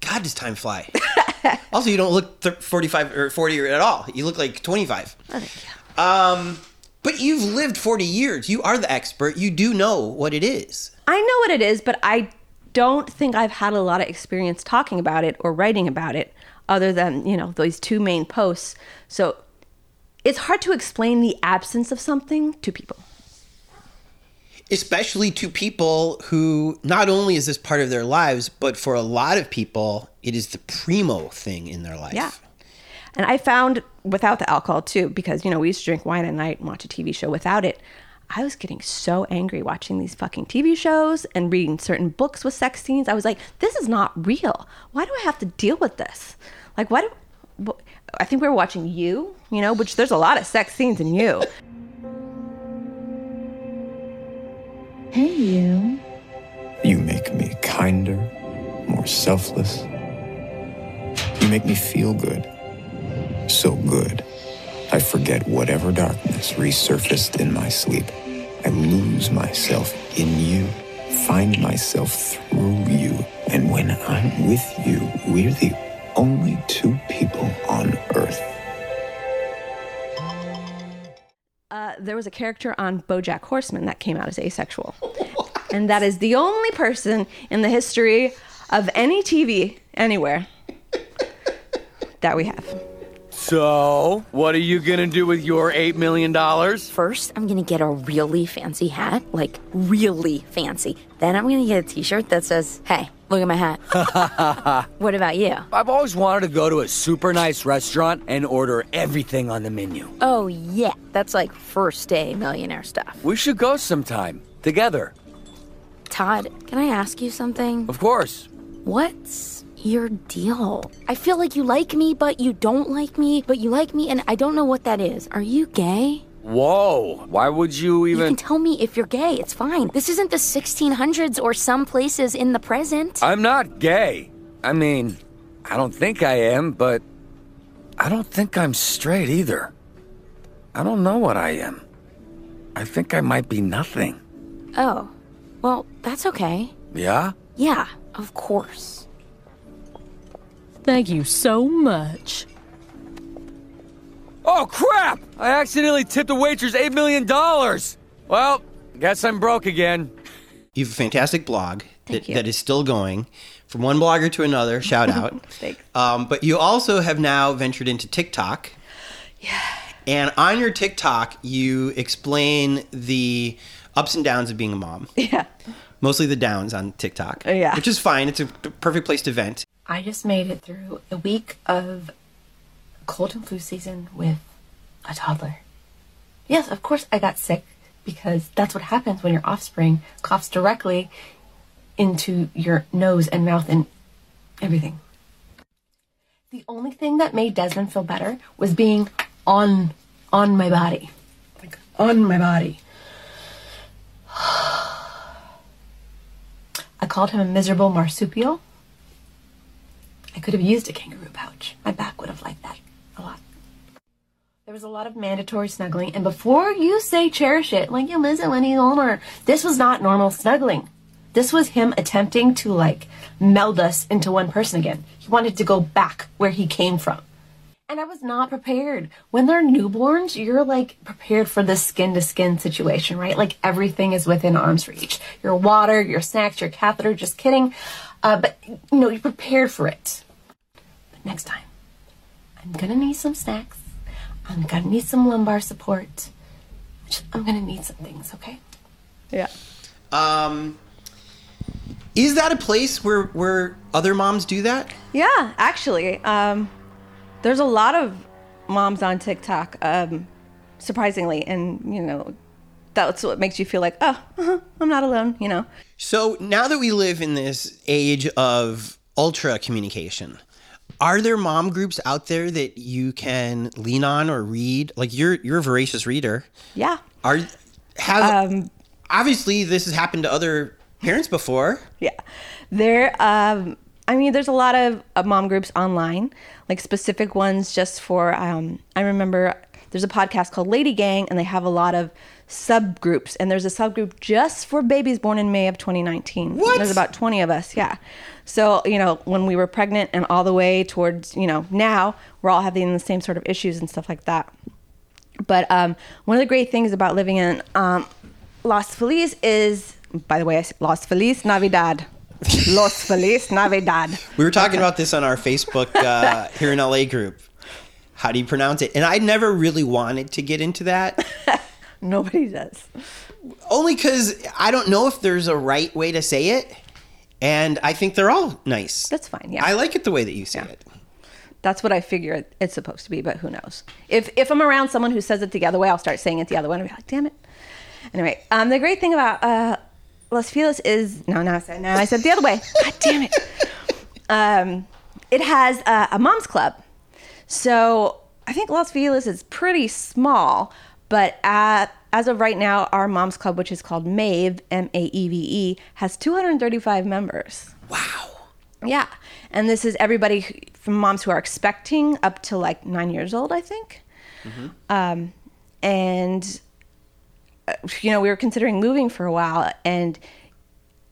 S2: God, does time fly? also, you don't look th- 45 or 40 at all. You look like 25.
S1: I think, yeah.
S2: Um, but you've lived 40 years. You are the expert. You do know what it is.
S1: I know what it is, but I don't think I've had a lot of experience talking about it or writing about it other than, you know, those two main posts. So it's hard to explain the absence of something to people.
S2: Especially to people who not only is this part of their lives, but for a lot of people, it is the primo thing in their life.
S1: Yeah. And I found without the alcohol too, because you know we used to drink wine at night and watch a TV show without it. I was getting so angry watching these fucking TV shows and reading certain books with sex scenes. I was like, this is not real. Why do I have to deal with this? Like, why do? wh- I think we were watching you, you know, which there's a lot of sex scenes in you.
S7: Hey, you.
S8: You make me kinder, more selfless. You make me feel good. So good. I forget whatever darkness resurfaced in my sleep. I lose myself in you find myself through you. And when I'm with you, we're the only two people on earth.
S1: Uh, there was a character on BoJack Horseman that came out as asexual, and that is the only person in the history of any TV anywhere that we have.
S9: So, what are you gonna do with your $8 million?
S4: First, I'm gonna get a really fancy hat, like really fancy. Then I'm gonna get a t shirt that says, Hey, look at my hat. what about you?
S9: I've always wanted to go to a super nice restaurant and order everything on the menu.
S4: Oh, yeah, that's like first day millionaire stuff.
S9: We should go sometime, together.
S4: Todd, can I ask you something?
S9: Of course.
S4: What's your deal? I feel like you like me, but you don't like me, but you like me, and I don't know what that is. Are you gay?
S9: Whoa, why would you
S4: You
S9: even?
S4: can tell me if you're gay. It's fine. This isn't the 1600s or some places in the present.
S9: I'm not gay. I mean, I don't think I am, but I don't think I'm straight either. I don't know what I am. I think I might be nothing.
S4: Oh, well, that's okay.
S9: Yeah?
S4: Yeah, of course.
S10: Thank you so much.
S9: Oh, crap! I accidentally tipped a waitress $8 million! Well, guess I'm broke again.
S2: You have a fantastic blog that, that is still going from one blogger to another. Shout out.
S1: Thanks.
S2: Um, but you also have now ventured into TikTok. Yeah. And on your TikTok, you explain the ups and downs of being a mom.
S1: Yeah.
S2: Mostly the downs on TikTok.
S1: Yeah.
S2: Which is fine. It's a perfect place to vent.
S5: I just made it through a week of cold and flu season with a toddler. Yes, of course I got sick because that's what happens when your offspring coughs directly into your nose and mouth and everything. The only thing that made Desmond feel better was being on on my body. Like on my body. I called him a miserable marsupial. I could have used a kangaroo pouch. My back would have liked that a lot. There was a lot of mandatory snuggling, and before you say cherish it, like you'll miss it when he's older, this was not normal snuggling. This was him attempting to like meld us into one person again. He wanted to go back where he came from. And I was not prepared. When they're newborns, you're like prepared for this skin to skin situation, right? Like everything is within arm's reach your water, your snacks, your catheter, just kidding. Uh, but, you know, you're prepared for it. But next time, I'm gonna need some snacks. I'm gonna need some lumbar support. Just- I'm gonna need some things, okay?
S1: Yeah.
S2: Um, is that a place where, where other moms do that?
S1: Yeah, actually, um, there's a lot of moms on TikTok, um, surprisingly, and you know, that's what makes you feel like, oh, uh-huh, I'm not alone. You know,
S2: So now that we live in this age of ultra communication, are there mom groups out there that you can lean on or read? Like you're you're a voracious reader.
S1: yeah,
S2: Are have obviously this has happened to other parents before.
S1: yeah. There, um, I mean, there's a lot of uh, mom groups online, like specific ones just for. Um, I remember there's a podcast called Lady Gang, and they have a lot of subgroups, and there's a subgroup just for babies born in May of 2019.
S2: What?
S1: There's about 20 of us, yeah. So, you know, when we were pregnant and all the way towards, you know, now, we're all having the same sort of issues and stuff like that. But um, one of the great things about living in um, Los Feliz is, by the way, I s- Los Feliz Navidad. Los Feliz Navidad.
S2: We were talking about this on our Facebook uh, here in LA group. How do you pronounce it? And I never really wanted to get into that.
S1: Nobody does.
S2: only because I don't know if there's a right way to say it, and I think they're all nice.
S1: That's fine, yeah.
S2: I like it the way that you say it.
S1: That's what I figure it- it's supposed to be, but who knows? If if I'm around someone who says it the other way, I'll start saying it the other way, and I'll be like, damn it. Anyway, um, the great thing about uh, Los Feliz is no, no, I said no, I said the other way. God damn it. Um, it has a, a mom's club, so I think Los Feliz is pretty small, but at, as of right now, our mom's club, which is called Mave M A E V E, has 235 members. Yeah. And this is everybody who- from moms who are expecting up to like nine years old, I think. Um, and, uh, you know, we were considering moving for a while. And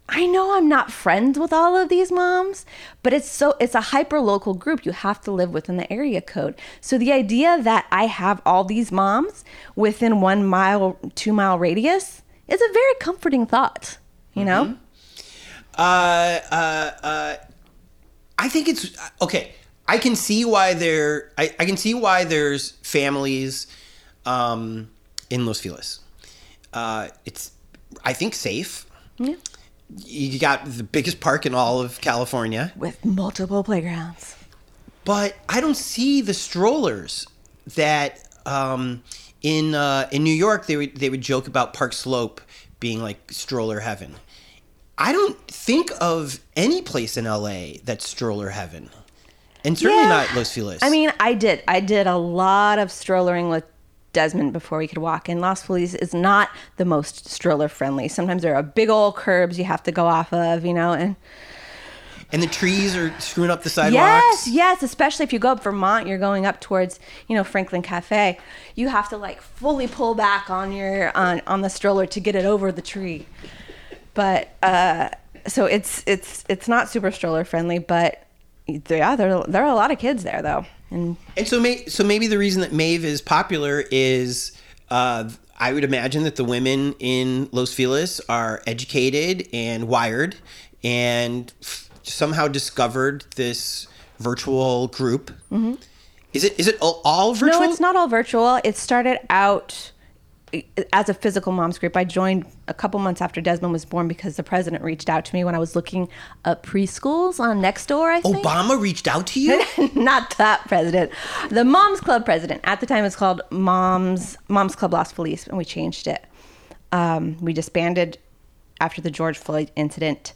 S1: I know I'm not friends with all of these moms, but it's so it's a hyper local group. You have to live within the area code. So the idea that I have all these moms within one mile, two mile radius is a very comforting thought. You know.
S2: Uh, uh, uh, I think it's okay. I can see why there. I, I can see why there's families um, in Los Feliz. Uh, it's I think safe.
S1: Yeah.
S2: You got the biggest park in all of California.
S1: With multiple playgrounds.
S2: But I don't see the strollers that um, in uh, in New York they would they would joke about Park Slope being like stroller heaven. I don't think of any place in LA that's stroller heaven, and certainly
S1: Yeah.
S2: not Los Feliz.
S1: I mean, I did. I did a lot of strollering with Desmond before we could walk. And Los Feliz is not the most stroller friendly. Sometimes there are big old curbs you have to go off of, you know, and
S2: and the trees are screwing up the sidewalks.
S1: Yes, yes, especially if you go up Vermont, you're going up towards, you know, Franklin Cafe. You have to like fully pull back on your on on the stroller to get it over the tree. But uh so it's it's it's not super stroller friendly, but yeah, there there are a lot of kids there though. And
S2: And so, may, so maybe the reason that Maeve is popular is, uh, I would imagine that the women in Los Feliz are educated and wired, and f- somehow discovered this virtual group.
S1: mhm.
S2: Is it is it all, all virtual?
S1: No, it's not all virtual. It started out eh, as a physical moms group. I joined a couple months after Desmond was born because the president reached out to me when I was looking up preschools on Nextdoor.
S2: Oh,
S1: I think
S2: Obama reached out to you.
S1: not that president, the Moms Club president. At the time, it was called Moms Moms Club Los Feliz, and we changed it. Um, we disbanded after the George Floyd incident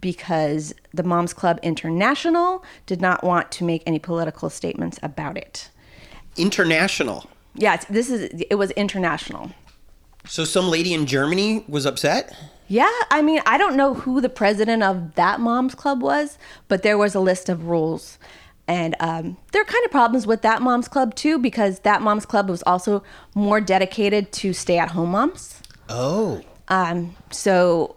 S1: because the Moms Club International did not want to make any political statements about it.
S2: International.
S1: Yeah, it's- this is it was international.
S2: So some lady in Germany was upset.
S1: Yeah, I mean, I don't know who the president of that mom's club was, but there was a list of rules. And um, there are kind of problems with that mom's club too, because that mom's club was also more dedicated to stay at home moms.
S2: Oh.
S1: Um, so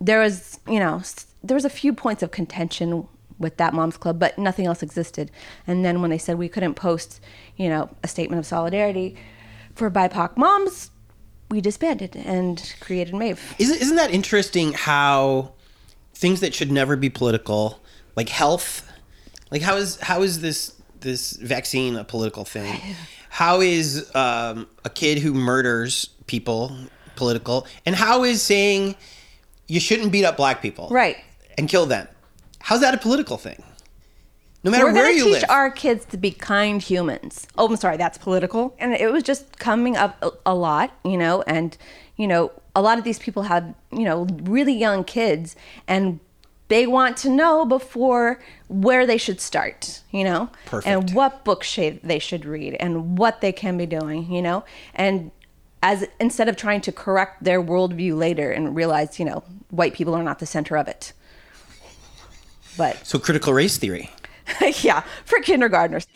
S1: there was, you know, s- there was a few points of contention with that mom's club, but nothing else existed. And then when they said we couldn't post, you know, a statement of solidarity for BIPOC moms, we disbanded and created MAVE.
S2: Isn't isn't that interesting? How things that should never be political, like health, like how is how is this this vaccine a political thing? How is um, a kid who murders people political? And how is saying you shouldn't beat up black people
S1: Right.
S2: and kill them? How's that a political thing? No matter
S1: We're
S2: where
S1: gonna
S2: you
S1: teach
S2: live.
S1: our kids to be kind humans. Oh, I'm sorry, that's political. And it was just coming up a, a lot, you know, and you know, a lot of these people have, you know, really young kids and they want to know before where they should start, you know, and
S2: Perfect.
S1: what book shade they should read and what they can be doing, you know, and as instead of trying to correct their worldview later and realize, you know, white people are not the center of it. But
S2: so critical race theory.
S1: yeah, for kindergartners.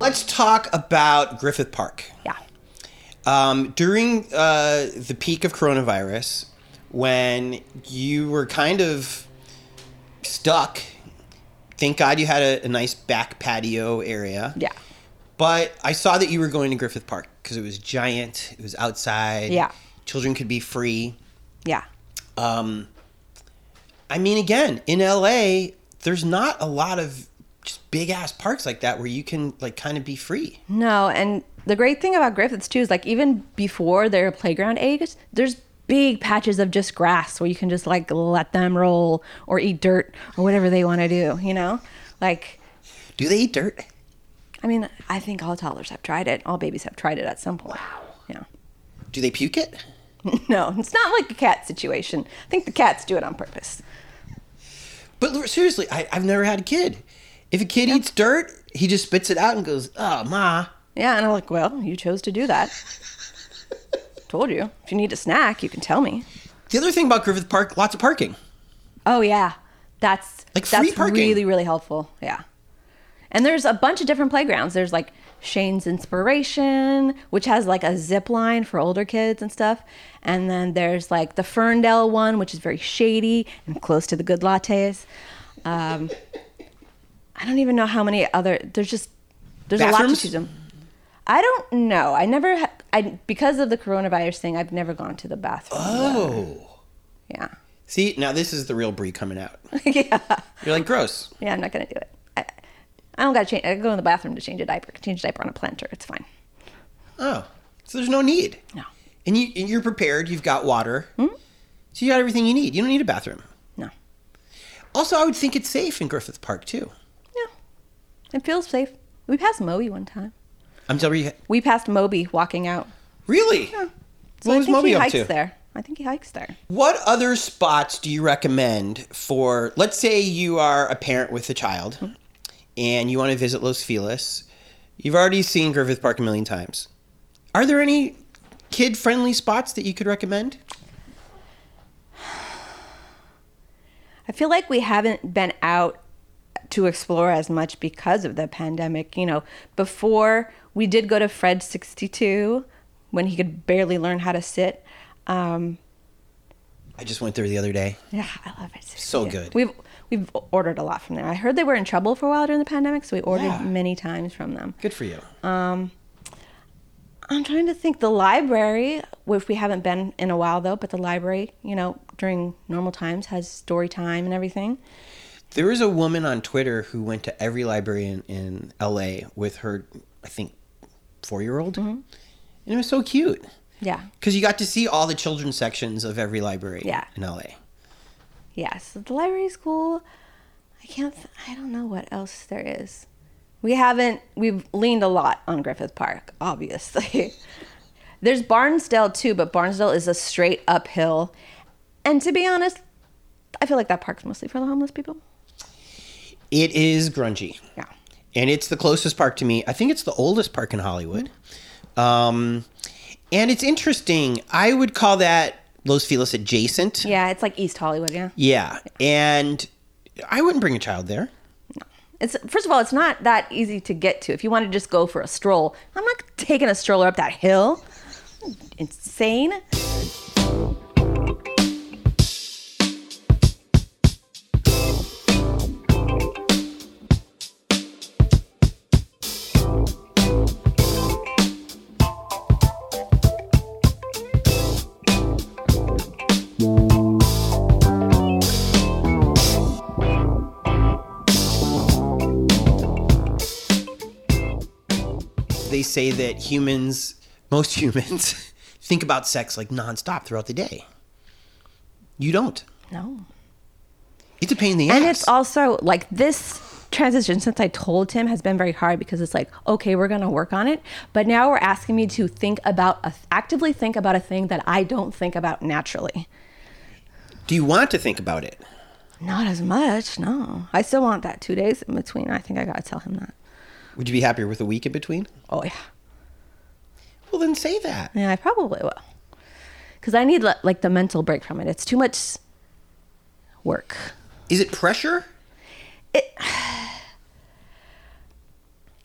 S2: Let's talk about Griffith Park.
S1: Yeah.
S2: Um, during uh, the peak of coronavirus, when you were kind of stuck, thank God you had a, a nice back patio area.
S1: Yeah.
S2: But I saw that you were going to Griffith Park because it was giant, it was outside.
S1: Yeah.
S2: Children could be free.
S1: Yeah.
S2: Um, I mean, again, in LA, there's not a lot of just big ass parks like that where you can like kind of be free.
S1: No, and the great thing about Griffiths too is like even before their playground age, there's big patches of just grass where you can just like let them roll or eat dirt or whatever they want to do, you know? Like
S2: Do they eat dirt?
S1: I mean, I think all toddlers have tried it. All babies have tried it at some point. Yeah.
S2: Do they puke it?
S1: No, it's not like a cat situation. I think the cats do it on purpose.
S2: But l- seriously, I, I've never had a kid. If a kid eats dirt, he just spits it out and goes, "Oh, ma."
S1: Yeah, and I'm like, well, you chose to do that. Told you. If you need a snack, you can tell me.
S2: The other thing about Griffith Park, lots of parking.
S1: Oh yeah, that's
S2: Like free
S1: that's
S2: parking.
S1: really really helpful. Yeah, and there's a bunch of different playgrounds. There's like Shane's Inspiration, which has like a zip line for older kids and stuff, and then there's like the Ferndale one, which is very shady and close to the good lattes. Um, I don't even know how many other. There's just there's a lot
S2: Bathrooms?
S1: to choose them. I don't know. I never. Ha- I because of the coronavirus thing, I've never gone to the bathroom.
S2: Oh.
S1: Yeah.
S2: See, now this is the real Brie coming out. yeah. You're like, gross.
S1: Yeah, I'm not gonna do it. I, I don't gotta change. I go in the bathroom to change a diaper. Change a diaper on a planter. It's fine.
S2: Oh. So there's no need.
S1: No.
S2: And, you, and you're prepared. You've got water.
S1: Hmm?
S2: So you got everything you need. You don't need a bathroom.
S1: No.
S2: Also, I would think it's safe in Griffith Park, too.
S1: It feels safe. We passed Moby one time.
S2: I'm telling you.
S1: We passed Moby walking out.
S2: Really?
S1: Yeah. So
S2: What
S1: I
S2: was
S1: think
S2: Moby
S1: he
S2: up
S1: hikes
S2: to?
S1: there. I think he hikes there.
S2: What other spots do you recommend for, let's say you are a parent with a child and you want to visit Los Feliz? You've already seen Griffith Park a million times. Are there any kid friendly spots that you could recommend?
S1: I feel like we haven't been out to explore as much because of the pandemic. You know, before we did go to Fred 62 when he could barely learn how to sit. Um,
S2: I just went there the other day.
S1: yeah, Ah, I love it.
S2: So good.
S1: We've we've ordered a lot from there. I heard they were in trouble for a while during the pandemic, so we ordered
S2: Yeah.
S1: many times from them.
S2: Good for you.
S1: Um, I'm trying to think. The library, which we haven't been in a while though, but the library, you know, during normal times has story time and everything.
S2: There was a woman on Twitter who went to every library in, in LA with her, I think, four year old. And it was so cute
S1: Yeah.
S2: because you got to see all the children's sections of every library
S1: Yeah.
S2: in LA.
S1: Yeah, so the library's cool. I can't. Th- I don't know what else there is. We haven't. We've leaned a lot on Griffith Park, obviously. There's Barnesdale too, but Barnesdale is a straight uphill. And to be honest, I feel like that park's mostly for the homeless people.
S2: It is grungy.
S1: Yeah.
S2: And it's the closest park to me. I think it's the oldest park in Hollywood. Um, and it's interesting. I would call that Los Feliz adjacent.
S1: Yeah, it's like East Hollywood. Yeah.
S2: Yeah. And I wouldn't bring a child there.
S1: It's first of all, it's not that easy to get to. If you want to just go for a stroll, I'm not taking a stroller up that hill. Insane.
S2: They say that humans, most humans, think about sex like nonstop throughout the day. You don't.
S1: No.
S2: It's a pain in the ass.
S1: And it's also like this transition since I told him has been very hard because it's like, okay, we're going to work on it. But now we're asking me to think about, a, actively think about a thing that I don't think about naturally.
S2: Do you want to think about it?
S1: Not as much, no. I still want that two days in between. I think I got to tell him that.
S2: Would you be happier with a week in between?
S1: Oh, yeah.
S2: Well, then say that.
S1: Yeah, I probably will. Because I need li- like the mental break from it. It's too much work.
S2: Is it pressure?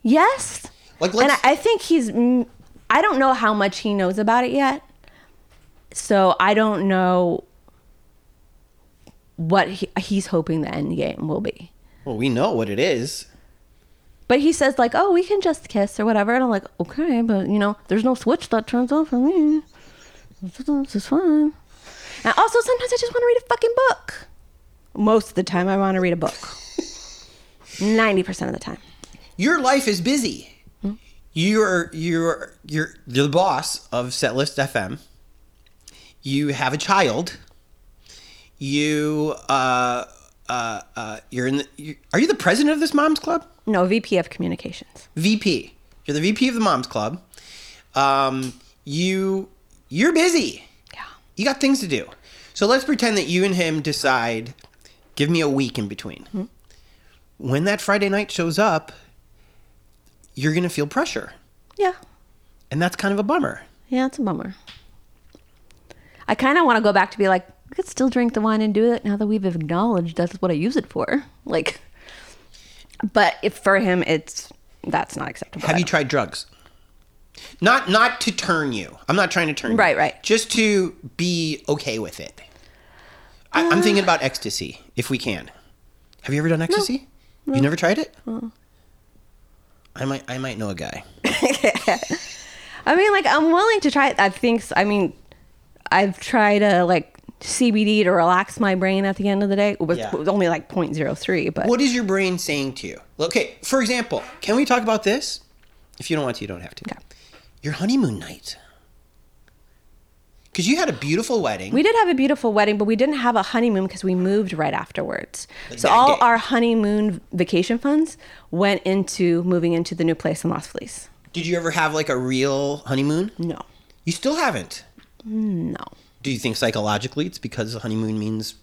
S1: Yes.
S2: Like,
S1: and I, I think he's. mm, I don't know how much he knows about it yet, so I don't know what he, he's hoping the end game will be.
S2: Well, we know what it is.
S1: But he says like, "Oh, we can just kiss or whatever," and I'm like, "Okay, but you know, there's no switch that turns on for me. This is fine." And also, sometimes I just want to read a fucking book. Most of the time, I want to read a book. Ninety percent of the time.
S2: Your life is busy. You're you're you're you're the boss of Setlist FM. You have a child. You uh uh uh you're in the you, are you the president of this mom's club?
S1: No, VP of communications.
S2: VP. You're the VP of the mom's club. Um you you're busy. Yeah. You got things to do. So let's pretend that you and him decide give me a week in between.
S1: Mm-hmm.
S2: When that Friday night shows up, you're going to feel pressure.
S1: Yeah.
S2: And that's kind of a bummer.
S1: Yeah, it's a bummer. I kind of want to go back to be like, I could still drink the wine and do it now that we've acknowledged that's what I use it for. Like, but if for him, it's that's not acceptable.
S2: Have you tried drugs? Not not to turn you. I'm not trying to turn you.
S1: Right, right.
S2: Just to be okay with it. I, I'm thinking about ecstasy, if we can. Have you ever done ecstasy? You never tried it?
S1: Mm.
S2: I might I might know a guy.
S1: I mean, like I'm willing to try it. I think I mean, I've tried uh, like CBD to relax my brain at the end of the day. It was,
S2: Yeah.
S1: it was only like 0.03, but
S2: What is your brain saying to you? Okay, for example, can we talk about this? If you don't want to, you don't have to. Your honeymoon night. Because you had a beautiful wedding.
S1: we did have a beautiful wedding, but we didn't have a honeymoon because we moved right afterwards. So
S2: that
S1: all
S2: day.
S1: our honeymoon vacation funds went into moving into the new place in Las Feliz.
S2: Did you ever have like a real honeymoon?
S1: No.
S2: You still haven't.
S1: No,
S2: Do you think psychologically it's because the honeymoon means?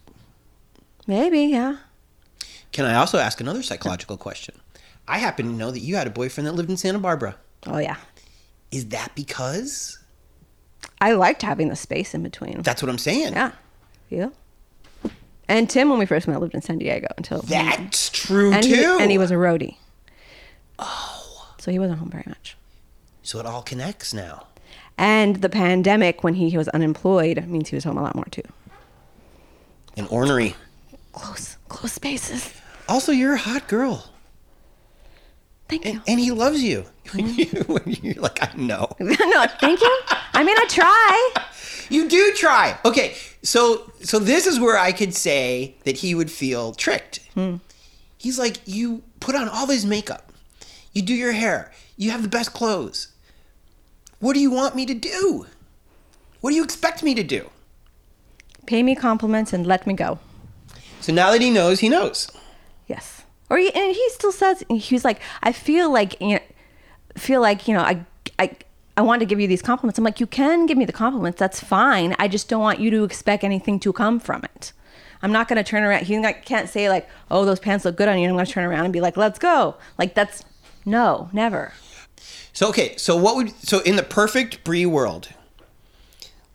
S1: maybe yeah.
S2: Can I also ask another psychological question? I happen to know that you had a boyfriend that lived in Santa Barbara.
S1: Oh yeah.
S2: Is that because?
S1: I liked having the space in between.
S2: That's what I'm saying.
S1: Yeah. Yeah. And Tim, when we first met, lived in San Diego until
S2: that's true
S1: and He,
S2: too.
S1: and he was a roadie. Oh. So he wasn't home very much.
S2: So it all connects now.
S1: And the pandemic, when he, he was unemployed, means he was home a lot more too.
S2: And ornery.
S1: Close, close spaces.
S2: Also, you're a hot girl.
S1: Thank you. Mm-hmm.
S2: And he loves you. When you're like, I know.
S1: no, thank you. I mean, I try.
S2: You do try. Okay, so so this is where I could say that he would feel tricked.
S1: Hmm.
S2: He's like, you put on all this makeup, you do your hair, you have the best clothes. What do you want me to do? What do you expect me to do?
S1: Pay me compliments and let me go.
S2: So now that he knows, he knows.
S1: Yes. Or he, and he still says he was like, I feel like you know, feel like you know I I I want to give you these compliments. I'm like, you can give me the compliments. That's fine. I just don't want you to expect anything to come from it. I'm not gonna turn around. He like, can't say like, oh, those pants look good on you. And I'm gonna turn around and be like, let's go. Like that's no, never.
S2: So okay, so what would so in the perfect Brie world,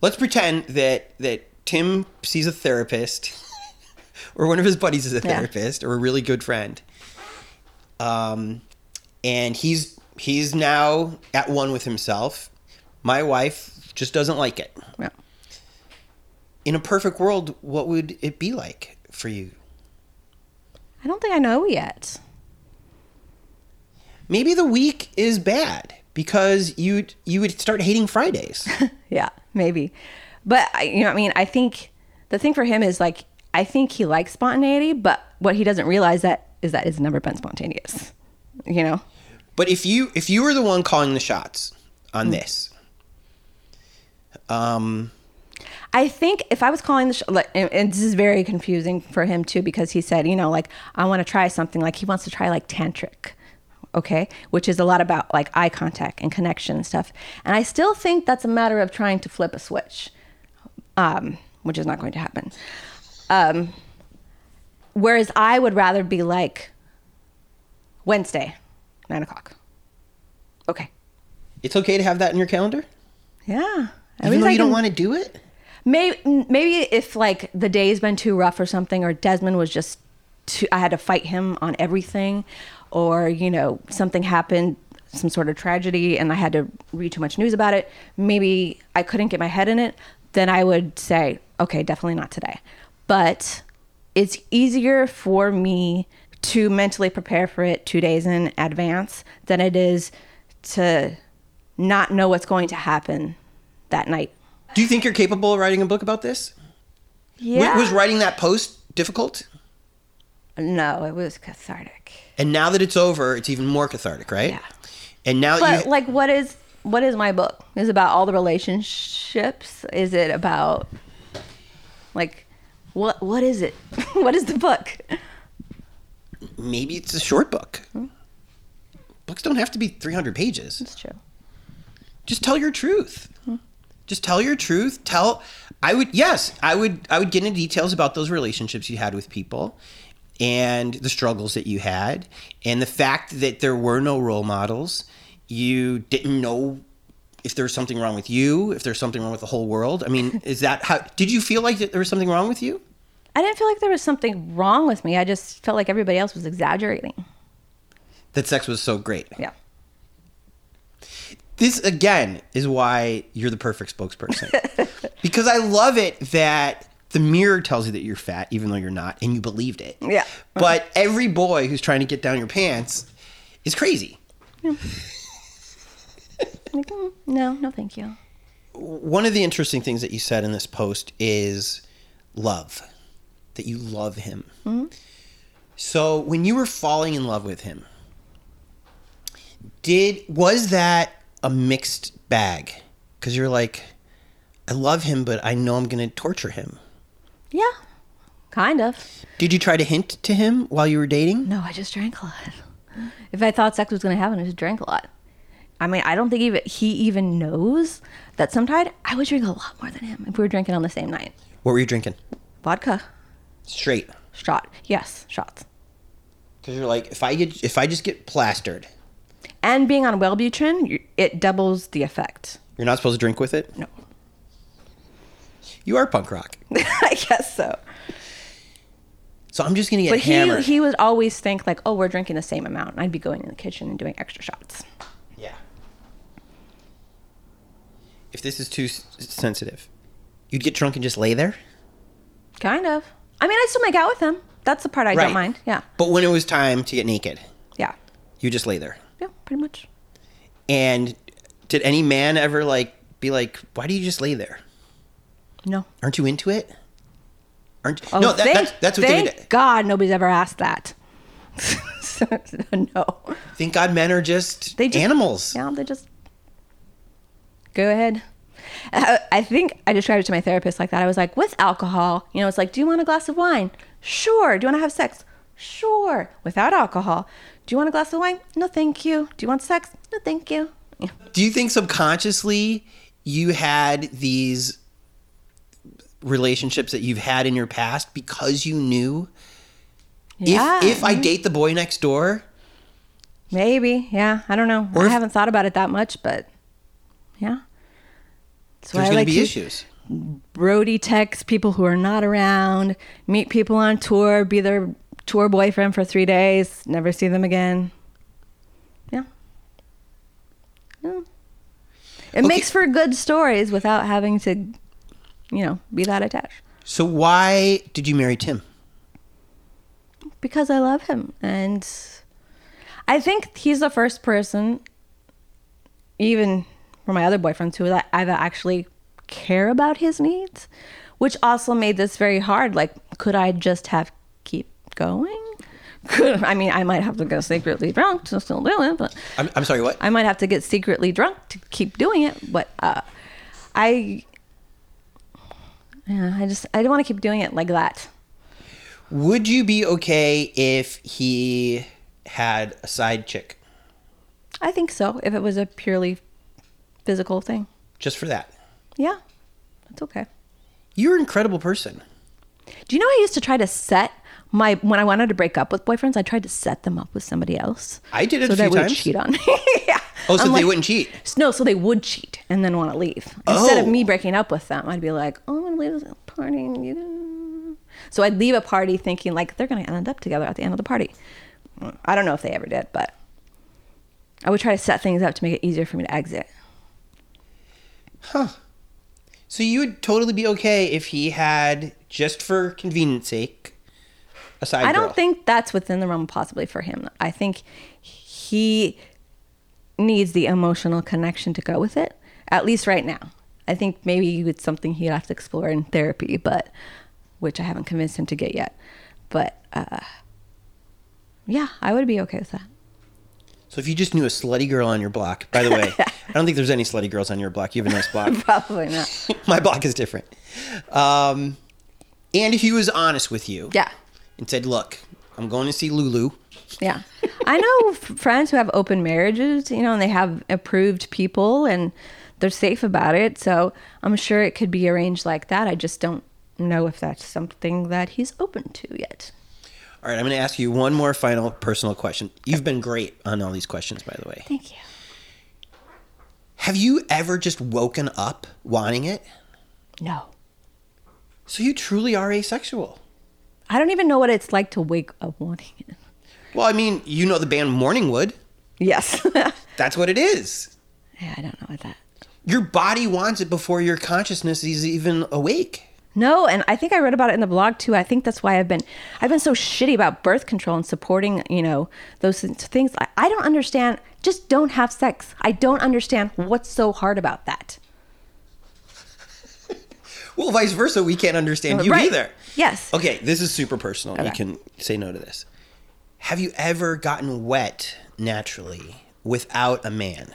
S2: let's pretend that that Tim sees a therapist, or one of his buddies is a
S3: Yeah.
S2: therapist, or a really good friend. Um, and he's he's now at one with himself. My wife just doesn't like it.
S1: Yeah.
S2: In a perfect world, what would it be like for you?
S1: I don't think I know yet.
S2: Maybe the week is bad because you you would start hating Fridays.
S1: Yeah, maybe. But I, you know, what I mean, I think the thing for him is like, I think he likes spontaneity, but what he doesn't realize that is that it's never been spontaneous. You know,
S2: But if you if you were the one calling the shots on
S1: Hmm.
S2: this, um,
S1: I think if I was calling the sh- like, and, and this is very confusing for him too because he said, you know, like I want to try something. Like he wants to try like tantric, okay, which is a lot about like eye contact and connection and stuff. And I still think that's a matter of trying to flip a switch, um, which is not going to happen. Um, whereas I would rather be like Wednesday, nine o'clock.
S2: it's okay to have that in your calendar,
S1: Yeah. At
S2: even
S1: least
S2: though
S1: I
S2: you don't
S1: can-
S2: want to do it.
S1: Maybe maybe if like the day's been too rough or something, or Desmond was just too. I had to fight him on everything, or you know something happened, some sort of tragedy, and I had to read too much news about it. Maybe I couldn't get my head in it. Then I would say, okay, definitely not today. But it's easier for me to mentally prepare for it two days in advance than it is to not know what's going to happen that night.
S2: Do you think you're capable of writing a book about this? W-
S1: Yeah.
S2: Was writing that post difficult?
S1: No, it was cathartic.
S2: And now that it's over, it's even more cathartic, right? Yeah. And now
S1: But
S2: you,
S1: like, what is what is my book? Is it about all the relationships? Is it about like what what is it? what is the book?
S2: maybe it's a short book.
S1: Hmm.
S2: Books don't have to be 300 pages. That's
S1: true.
S2: Just tell your truth. Just tell your truth. Tell I would yes, I would I would get into details about those relationships you had with people and the struggles that you had and the fact that there were no role models. You didn't know if there's something wrong with you, if there's something wrong with the whole world. I mean, is that how did you feel like that there was something wrong with you?
S1: I didn't feel like there was something wrong with me. I just felt like everybody else was exaggerating.
S2: That sex was so great.
S1: Yeah.
S2: This again is why you're the perfect spokesperson. because I love it that the mirror tells you that you're fat even though you're not and you believed it.
S1: Yeah.
S2: But every boy who's trying to get down your pants is crazy.
S1: Yeah. Like, mm, no, no, thank you.
S2: One of the interesting things that you said in this post is love, that you love him.
S1: Mm-hmm.
S2: So when you were falling in love with him, did was that a mixed bag? Because you're like, I love him, but I know I'm going to torture him.
S1: Yeah, kind of.
S2: Did you try to hint to him while you were dating?
S1: No, I just drank a lot. If I thought sex was going to happen, I just drank a lot. I mean, I don't think even he even knows that sometimes I would drink a lot more than him if we were drinking on the same night.
S2: What were you drinking?
S1: Vodka,
S2: Straight.
S1: shot, yes, shots,
S2: Because you're like, if I get, if I just get plastered,
S1: and being on Wellbutrin, you- it doubles the effect.
S2: you're not supposed to drink with it.
S1: No.
S2: You are punk rock.
S1: I guess so.
S2: So I'm just gonna get
S1: but
S2: hammered.
S1: he he would always think like, oh, we're drinking the same amount. And I'd be going in the kitchen and doing extra shots.
S2: Yeah. If this is too s- sensitive, you'd get drunk and just lay there.
S1: Kind of. I mean, I still make out with him. That's the part I
S2: Right.
S1: don't mind. Yeah,
S2: But when it was time to get naked,
S1: yeah,
S2: you just lay there.
S1: yeah, pretty much.
S2: And did any man ever like be like, "Why do you just lay there?
S1: No.
S2: Aren't you into it? Aren't you?"
S1: Oh,
S2: no, that,
S1: thank,
S2: that's that's what
S1: thank
S2: they would.
S1: God nobody's ever asked that. no,
S2: Thank God, men are just,
S1: they just,
S2: animals.
S1: Yeah, they just go ahead. I, I think I described it to my therapist like that. I was like, with alcohol, you know, it's like, do you want a glass of wine? Sure. Do you want to have sex? Sure. Without alcohol, do you want a glass of wine? No, thank you. Do you want sex? No, thank you.
S2: Do you think subconsciously you had these relationships that you've had in your past because you knew
S1: Yeah.
S2: if if I date the boy next door,
S1: Maybe. Yeah. I don't know. I haven't thought about it that much, but yeah. That's why
S2: there's
S1: I
S2: going
S1: like
S2: to be
S1: to
S2: issues.
S1: Brody texts people who are not around, meet people on tour, be their tour boyfriend for three days, never see them again. Yeah. Yeah. It makes for good stories without having to, you know, be that attached.
S2: So why did you marry Tim?
S1: Because I love him. And I think he's the first person, even for my other boyfriends, who I- I've actually care about his needs, which also made this very hard. Like, could I just have keep going? Could I mean I might have to go secretly drunk to still do it, but
S2: I'm, I'm sorry, what?
S1: I might have to get secretly drunk to keep doing it, but uh, I, yeah, I just I don't want to keep doing it like that.
S2: Would you be okay if he had a side chick
S1: I think so. If it was a purely physical thing,
S2: just for that?
S1: yeah, that's okay.
S2: You're an incredible person.
S1: Do you know I used to try to set my when I wanted to break up with boyfriends, I tried to set them up with somebody else.
S2: I did it
S1: so
S2: a
S1: they
S2: few
S1: would
S2: times.
S1: cheat on me. yeah.
S2: Oh, so
S1: I'm
S2: they
S1: like-
S2: wouldn't cheat.
S1: No, so they would cheat and then want to leave. Instead of
S2: Oh.
S1: me breaking up with them, I'd be like, "Oh, I'm gonna leave this party." and you know." So I'd leave a party thinking like they're gonna end up together at the end of the party. I don't know if they ever did, but I would try to set things up to make it easier for me to exit.
S2: Huh. So you would totally be okay if he had, just for convenience sake, a side
S1: I don't
S2: girl.
S1: think that's within the realm of possibility for him. I think he needs the emotional connection to go with it, at least right now. I think maybe it's something he'd have to explore in therapy, but which I haven't convinced him to get yet. But uh, yeah, I would be okay with that.
S2: So if you just knew a slutty girl on your block, by the way, I don't think there's any slutty girls on your block. You have a nice block.
S1: Probably not.
S2: My block is different. Um, and if he was honest with you,
S1: Yeah.
S2: and said, "Look, I'm going to see Lulu.
S1: Yeah. I know f- friends who have open marriages, you know, and they have approved people and they're safe about it. So I'm sure it could be arranged like that. I just don't know if that's something that he's open to yet.
S2: All right, I'm going to ask you one more final personal question. You've been great on all these questions, by the way.
S1: Thank you.
S2: Have you ever just woken up wanting it?
S1: No.
S2: So you truly are asexual.
S1: I don't even know what it's like to wake up wanting it.
S2: Well, I mean, you know the band Morningwood.
S1: Yes.
S2: That's what it is.
S1: Yeah, I don't know what that.
S2: Your body wants it before your consciousness is even awake.
S1: No, and I think I read about it in the blog too. I think that's why I've been I've been so shitty about birth control and supporting, you know, those things. I, I don't understand. Just don't have sex. I don't understand what's so hard about that.
S2: Well, vice versa, we can't understand you
S1: Right.
S2: either.
S1: Yes.
S2: Okay, this is super personal. You
S1: Okay.
S2: can say no to this. Have you ever gotten wet naturally without a man?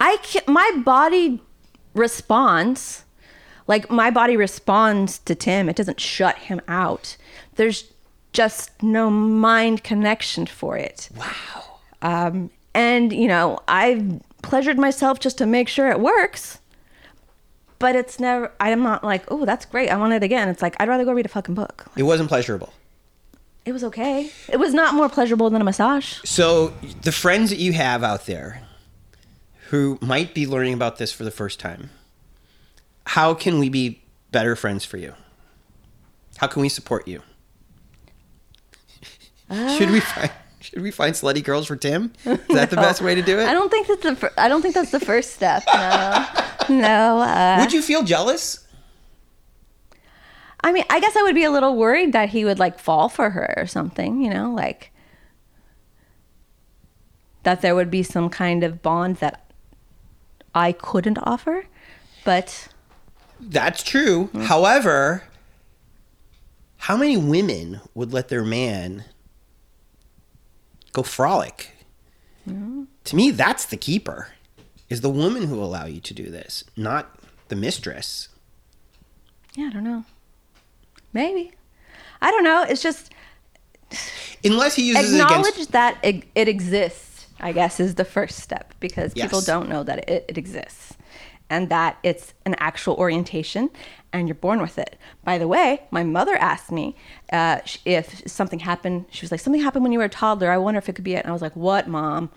S1: I can, my body responds. Like my body responds to Tim. It doesn't shut him out. There's just no mind connection for it. Wow. Um, and you know, I've pleasured myself just to make sure it works. But it's never. I'm not like, oh, that's great. I want it again. It's like I'd rather go read a fucking book.
S2: It wasn't pleasurable.
S1: It was okay. It was not more pleasurable than a massage.
S2: So, the friends that you have out there who might be learning about this for the first time, how can we be better friends for you? How can we support you? Should we find should we find slutty girls for Tim? Is that the
S1: No.
S2: best way to do it?
S1: I don't think that's the. Fir- I don't think that's the first step. No, no. Uh,
S2: Would you feel jealous?
S1: I mean, I guess I would be a little worried that he would like fall for her or something. You know, like that there would be some kind of bond that I couldn't offer. But
S2: That's true.
S1: Mm.
S2: However, how many women would let their man go frolic? To me, that's the keeper. Is the woman who allow you to do this, not the mistress.
S1: yeah, I don't know. Maybe I don't know. It's just
S2: Unless he uses it
S1: acknowledge
S2: against
S1: that it, it exists i guess is the first step because people
S2: Yes.
S1: don't know that it, it exists and that it's an actual orientation and you're born with it by the way my mother asked me uh, sh- if something happened she was like something happened when you were a toddler i wonder if it could be it and i was like what mom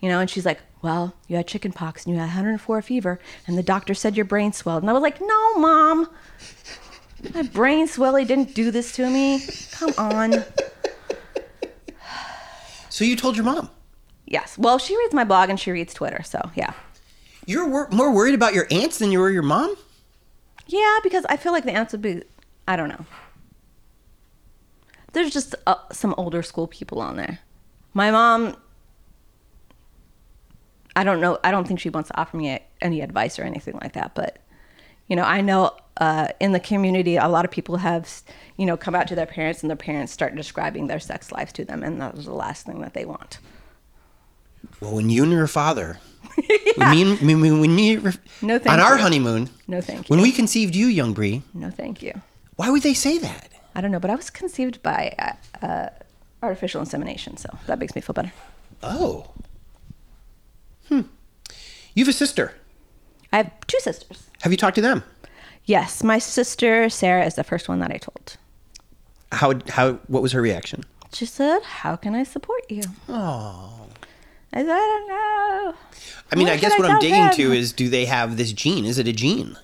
S1: you know and she's like well you had chicken pox and you had 104 fever and the doctor said your brain swelled and i was like no mom my brain swelly didn't do this to me come on
S2: So you told your mom.
S1: Yes. Well, she reads my blog and she reads Twitter, so yeah.
S2: You're wor- more worried about your aunts than you were your mom?
S1: Yeah, because I feel like the answer would be I don't know. There's just uh, some older school people on there. My mom I don't know. I don't think she wants to offer me any advice or anything like that, but you know, I know uh, in the community, a lot of people have, you know, come out to their parents and their parents start describing their sex lives to them, and that was the last thing that they want.
S2: Well, when you and your father, when me and, when, when, when me,
S1: No, thank
S2: on our
S1: you.
S2: honeymoon,
S1: No, thank you.
S2: when we conceived you, young Bree,
S1: No, thank you.
S2: why would they say that?
S1: I don't know, but I was conceived by uh, uh, artificial insemination, so that makes me feel better.
S2: Oh. Hmm. You have a sister.
S1: I have two sisters.
S2: Have you talked to them?
S1: Yes, my sister Sarah is the first one that I told.
S2: How how what was her reaction?
S1: She said, "How can I support you?"
S2: Oh.
S1: I said, "I don't know."
S2: I mean,
S1: What
S2: I guess
S1: should
S2: what
S1: tell
S2: I'm digging
S1: them?
S2: to is do they have this gene? Is it a gene?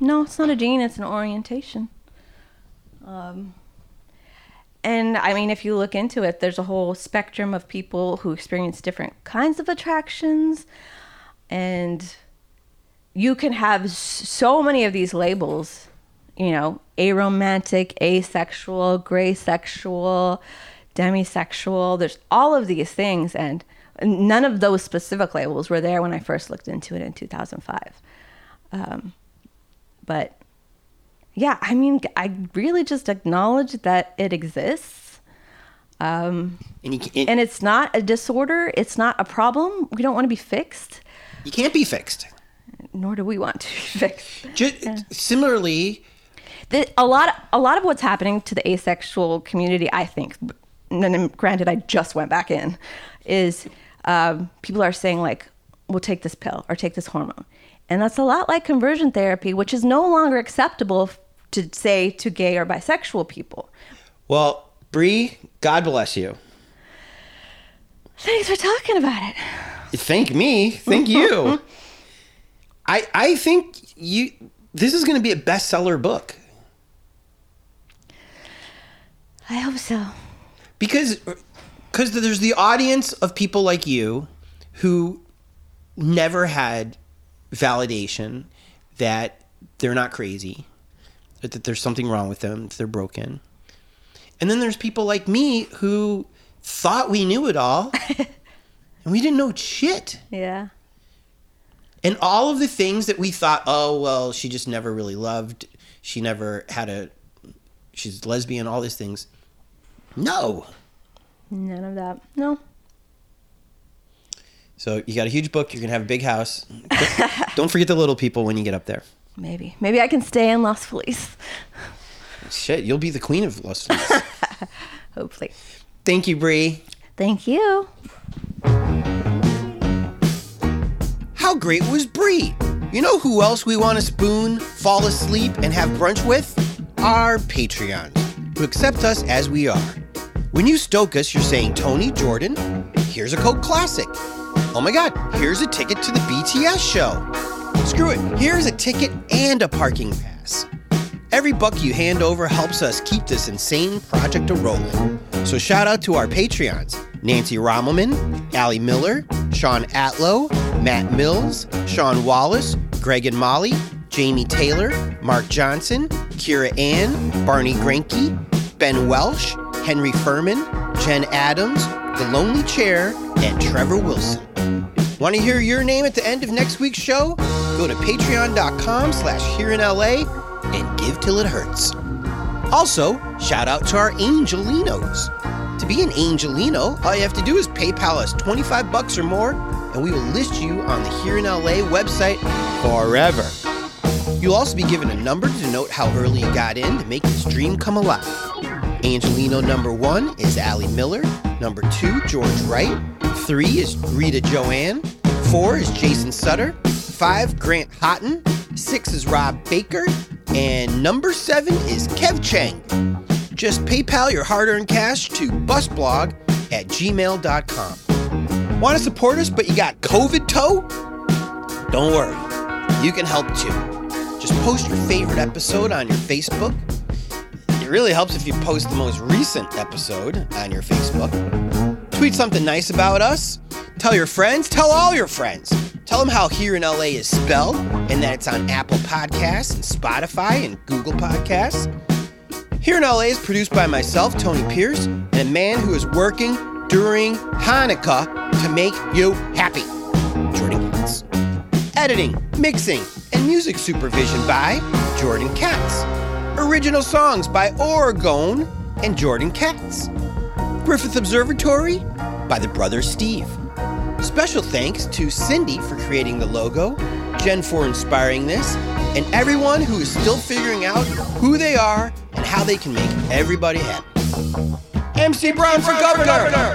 S1: No, it's not a gene, it's an orientation. Um, and I mean, if you look into it, there's a whole spectrum of people who experience different kinds of attractions. And you can have s- so many of these labels, you know, aromantic, asexual, gray sexual, demisexual. There's all of these things. And none of those specific labels were there when I first looked into it in 2005. Um, but yeah i mean i really just acknowledge that it exists um,
S2: and,
S1: and it's not a disorder it's not a problem we don't want to be fixed
S2: You can't be fixed.
S1: nor do we want to be fixed
S2: Just, similarly
S1: the, a lot a lot of what's happening to the asexual community i think and then granted i just went back in is um, people are saying like we'll take this pill or take this hormone and that's a lot like conversion therapy which is no longer acceptable f- to say to gay or bisexual people
S2: Well, Bree, God bless you.
S1: Thanks for talking about it.
S2: Thank me. Thank you. I I think you this is going to be a bestseller book
S1: I hope so.
S2: because because there's the audience of people like you who never had validation that they're not crazy, that that there's something wrong with them, that they're broken. And then there's people like me who thought we knew it all and we didn't know shit.
S1: Yeah.
S2: And all of the things that we thought, oh, well, she just never really loved. She never had a, she's lesbian, all these things. No.
S1: None of that. No.
S2: So you got a huge book. You're going to have a big house. Don't- Don't forget the little people when you get up there.
S1: Maybe. Maybe I can stay in Las Feliz.
S2: Shit, you'll be the queen of Los Feliz.
S1: Hopefully.
S2: Thank you, Bree.
S1: Thank you.
S2: How great was Bree? You know who else we want to spoon, fall asleep, and have brunch with? Our Patreons, who accept us as we are. When you stoke us, you're saying, Tony Jordan, here's a Coke Classic. Oh my God, here's a ticket to the BTS show. Screw it, here's a ticket and a parking pass. Every buck you hand over helps us keep this insane project a rolling. So shout out to our Patreons Nancy Rommelman, Allie Miller, Sean Atlow, Matt Mills, Sean Wallace, Greg and Molly, Jamie Taylor, Mark Johnson, Kira Ann, Barney Granke, Ben Welsh, Henry Furman, Jen Adams, The Lonely Chair, and Trevor Wilson. Want to hear your name at the end of next week's show? Go to patreon.com slash here in LA and give till it hurts. Also, shout out to our Angelinos. To be an Angelino, all you have to do is PayPal us 25 bucks or more, and we will list you on the Here in LA website forever. You'll also be given a number to denote how early you got in to make this dream come alive. Angelino number one is Allie Miller. Number two, George Wright. Three is Rita Joanne. Four is Jason Sutter. Five, Grant Houghton. Six is Rob Baker. And number seven is Kev Chang. Just PayPal your hard earned cash to busblog at gmail.com. Want to support us, but you got COVID toe? Don't worry, you can help too. Just post your favorite episode on your Facebook. It really helps if you post the most recent episode on your Facebook. Tweet something nice about us. Tell your friends. Tell all your friends. Tell them how Here in LA is spelled and that it's on Apple Podcasts and Spotify and Google Podcasts. Here in LA is produced by myself, Tony Pierce, and a man who is working during Hanukkah to make you happy, Jordan Katz. Editing, mixing, and music supervision by Jordan Katz. Original songs by Oregon and Jordan Katz. Griffith Observatory by the brother Steve. Special thanks to Cindy for creating the logo, Jen for inspiring this, and everyone who is still figuring out who they are and how they can make everybody happy. MC Brown for governor.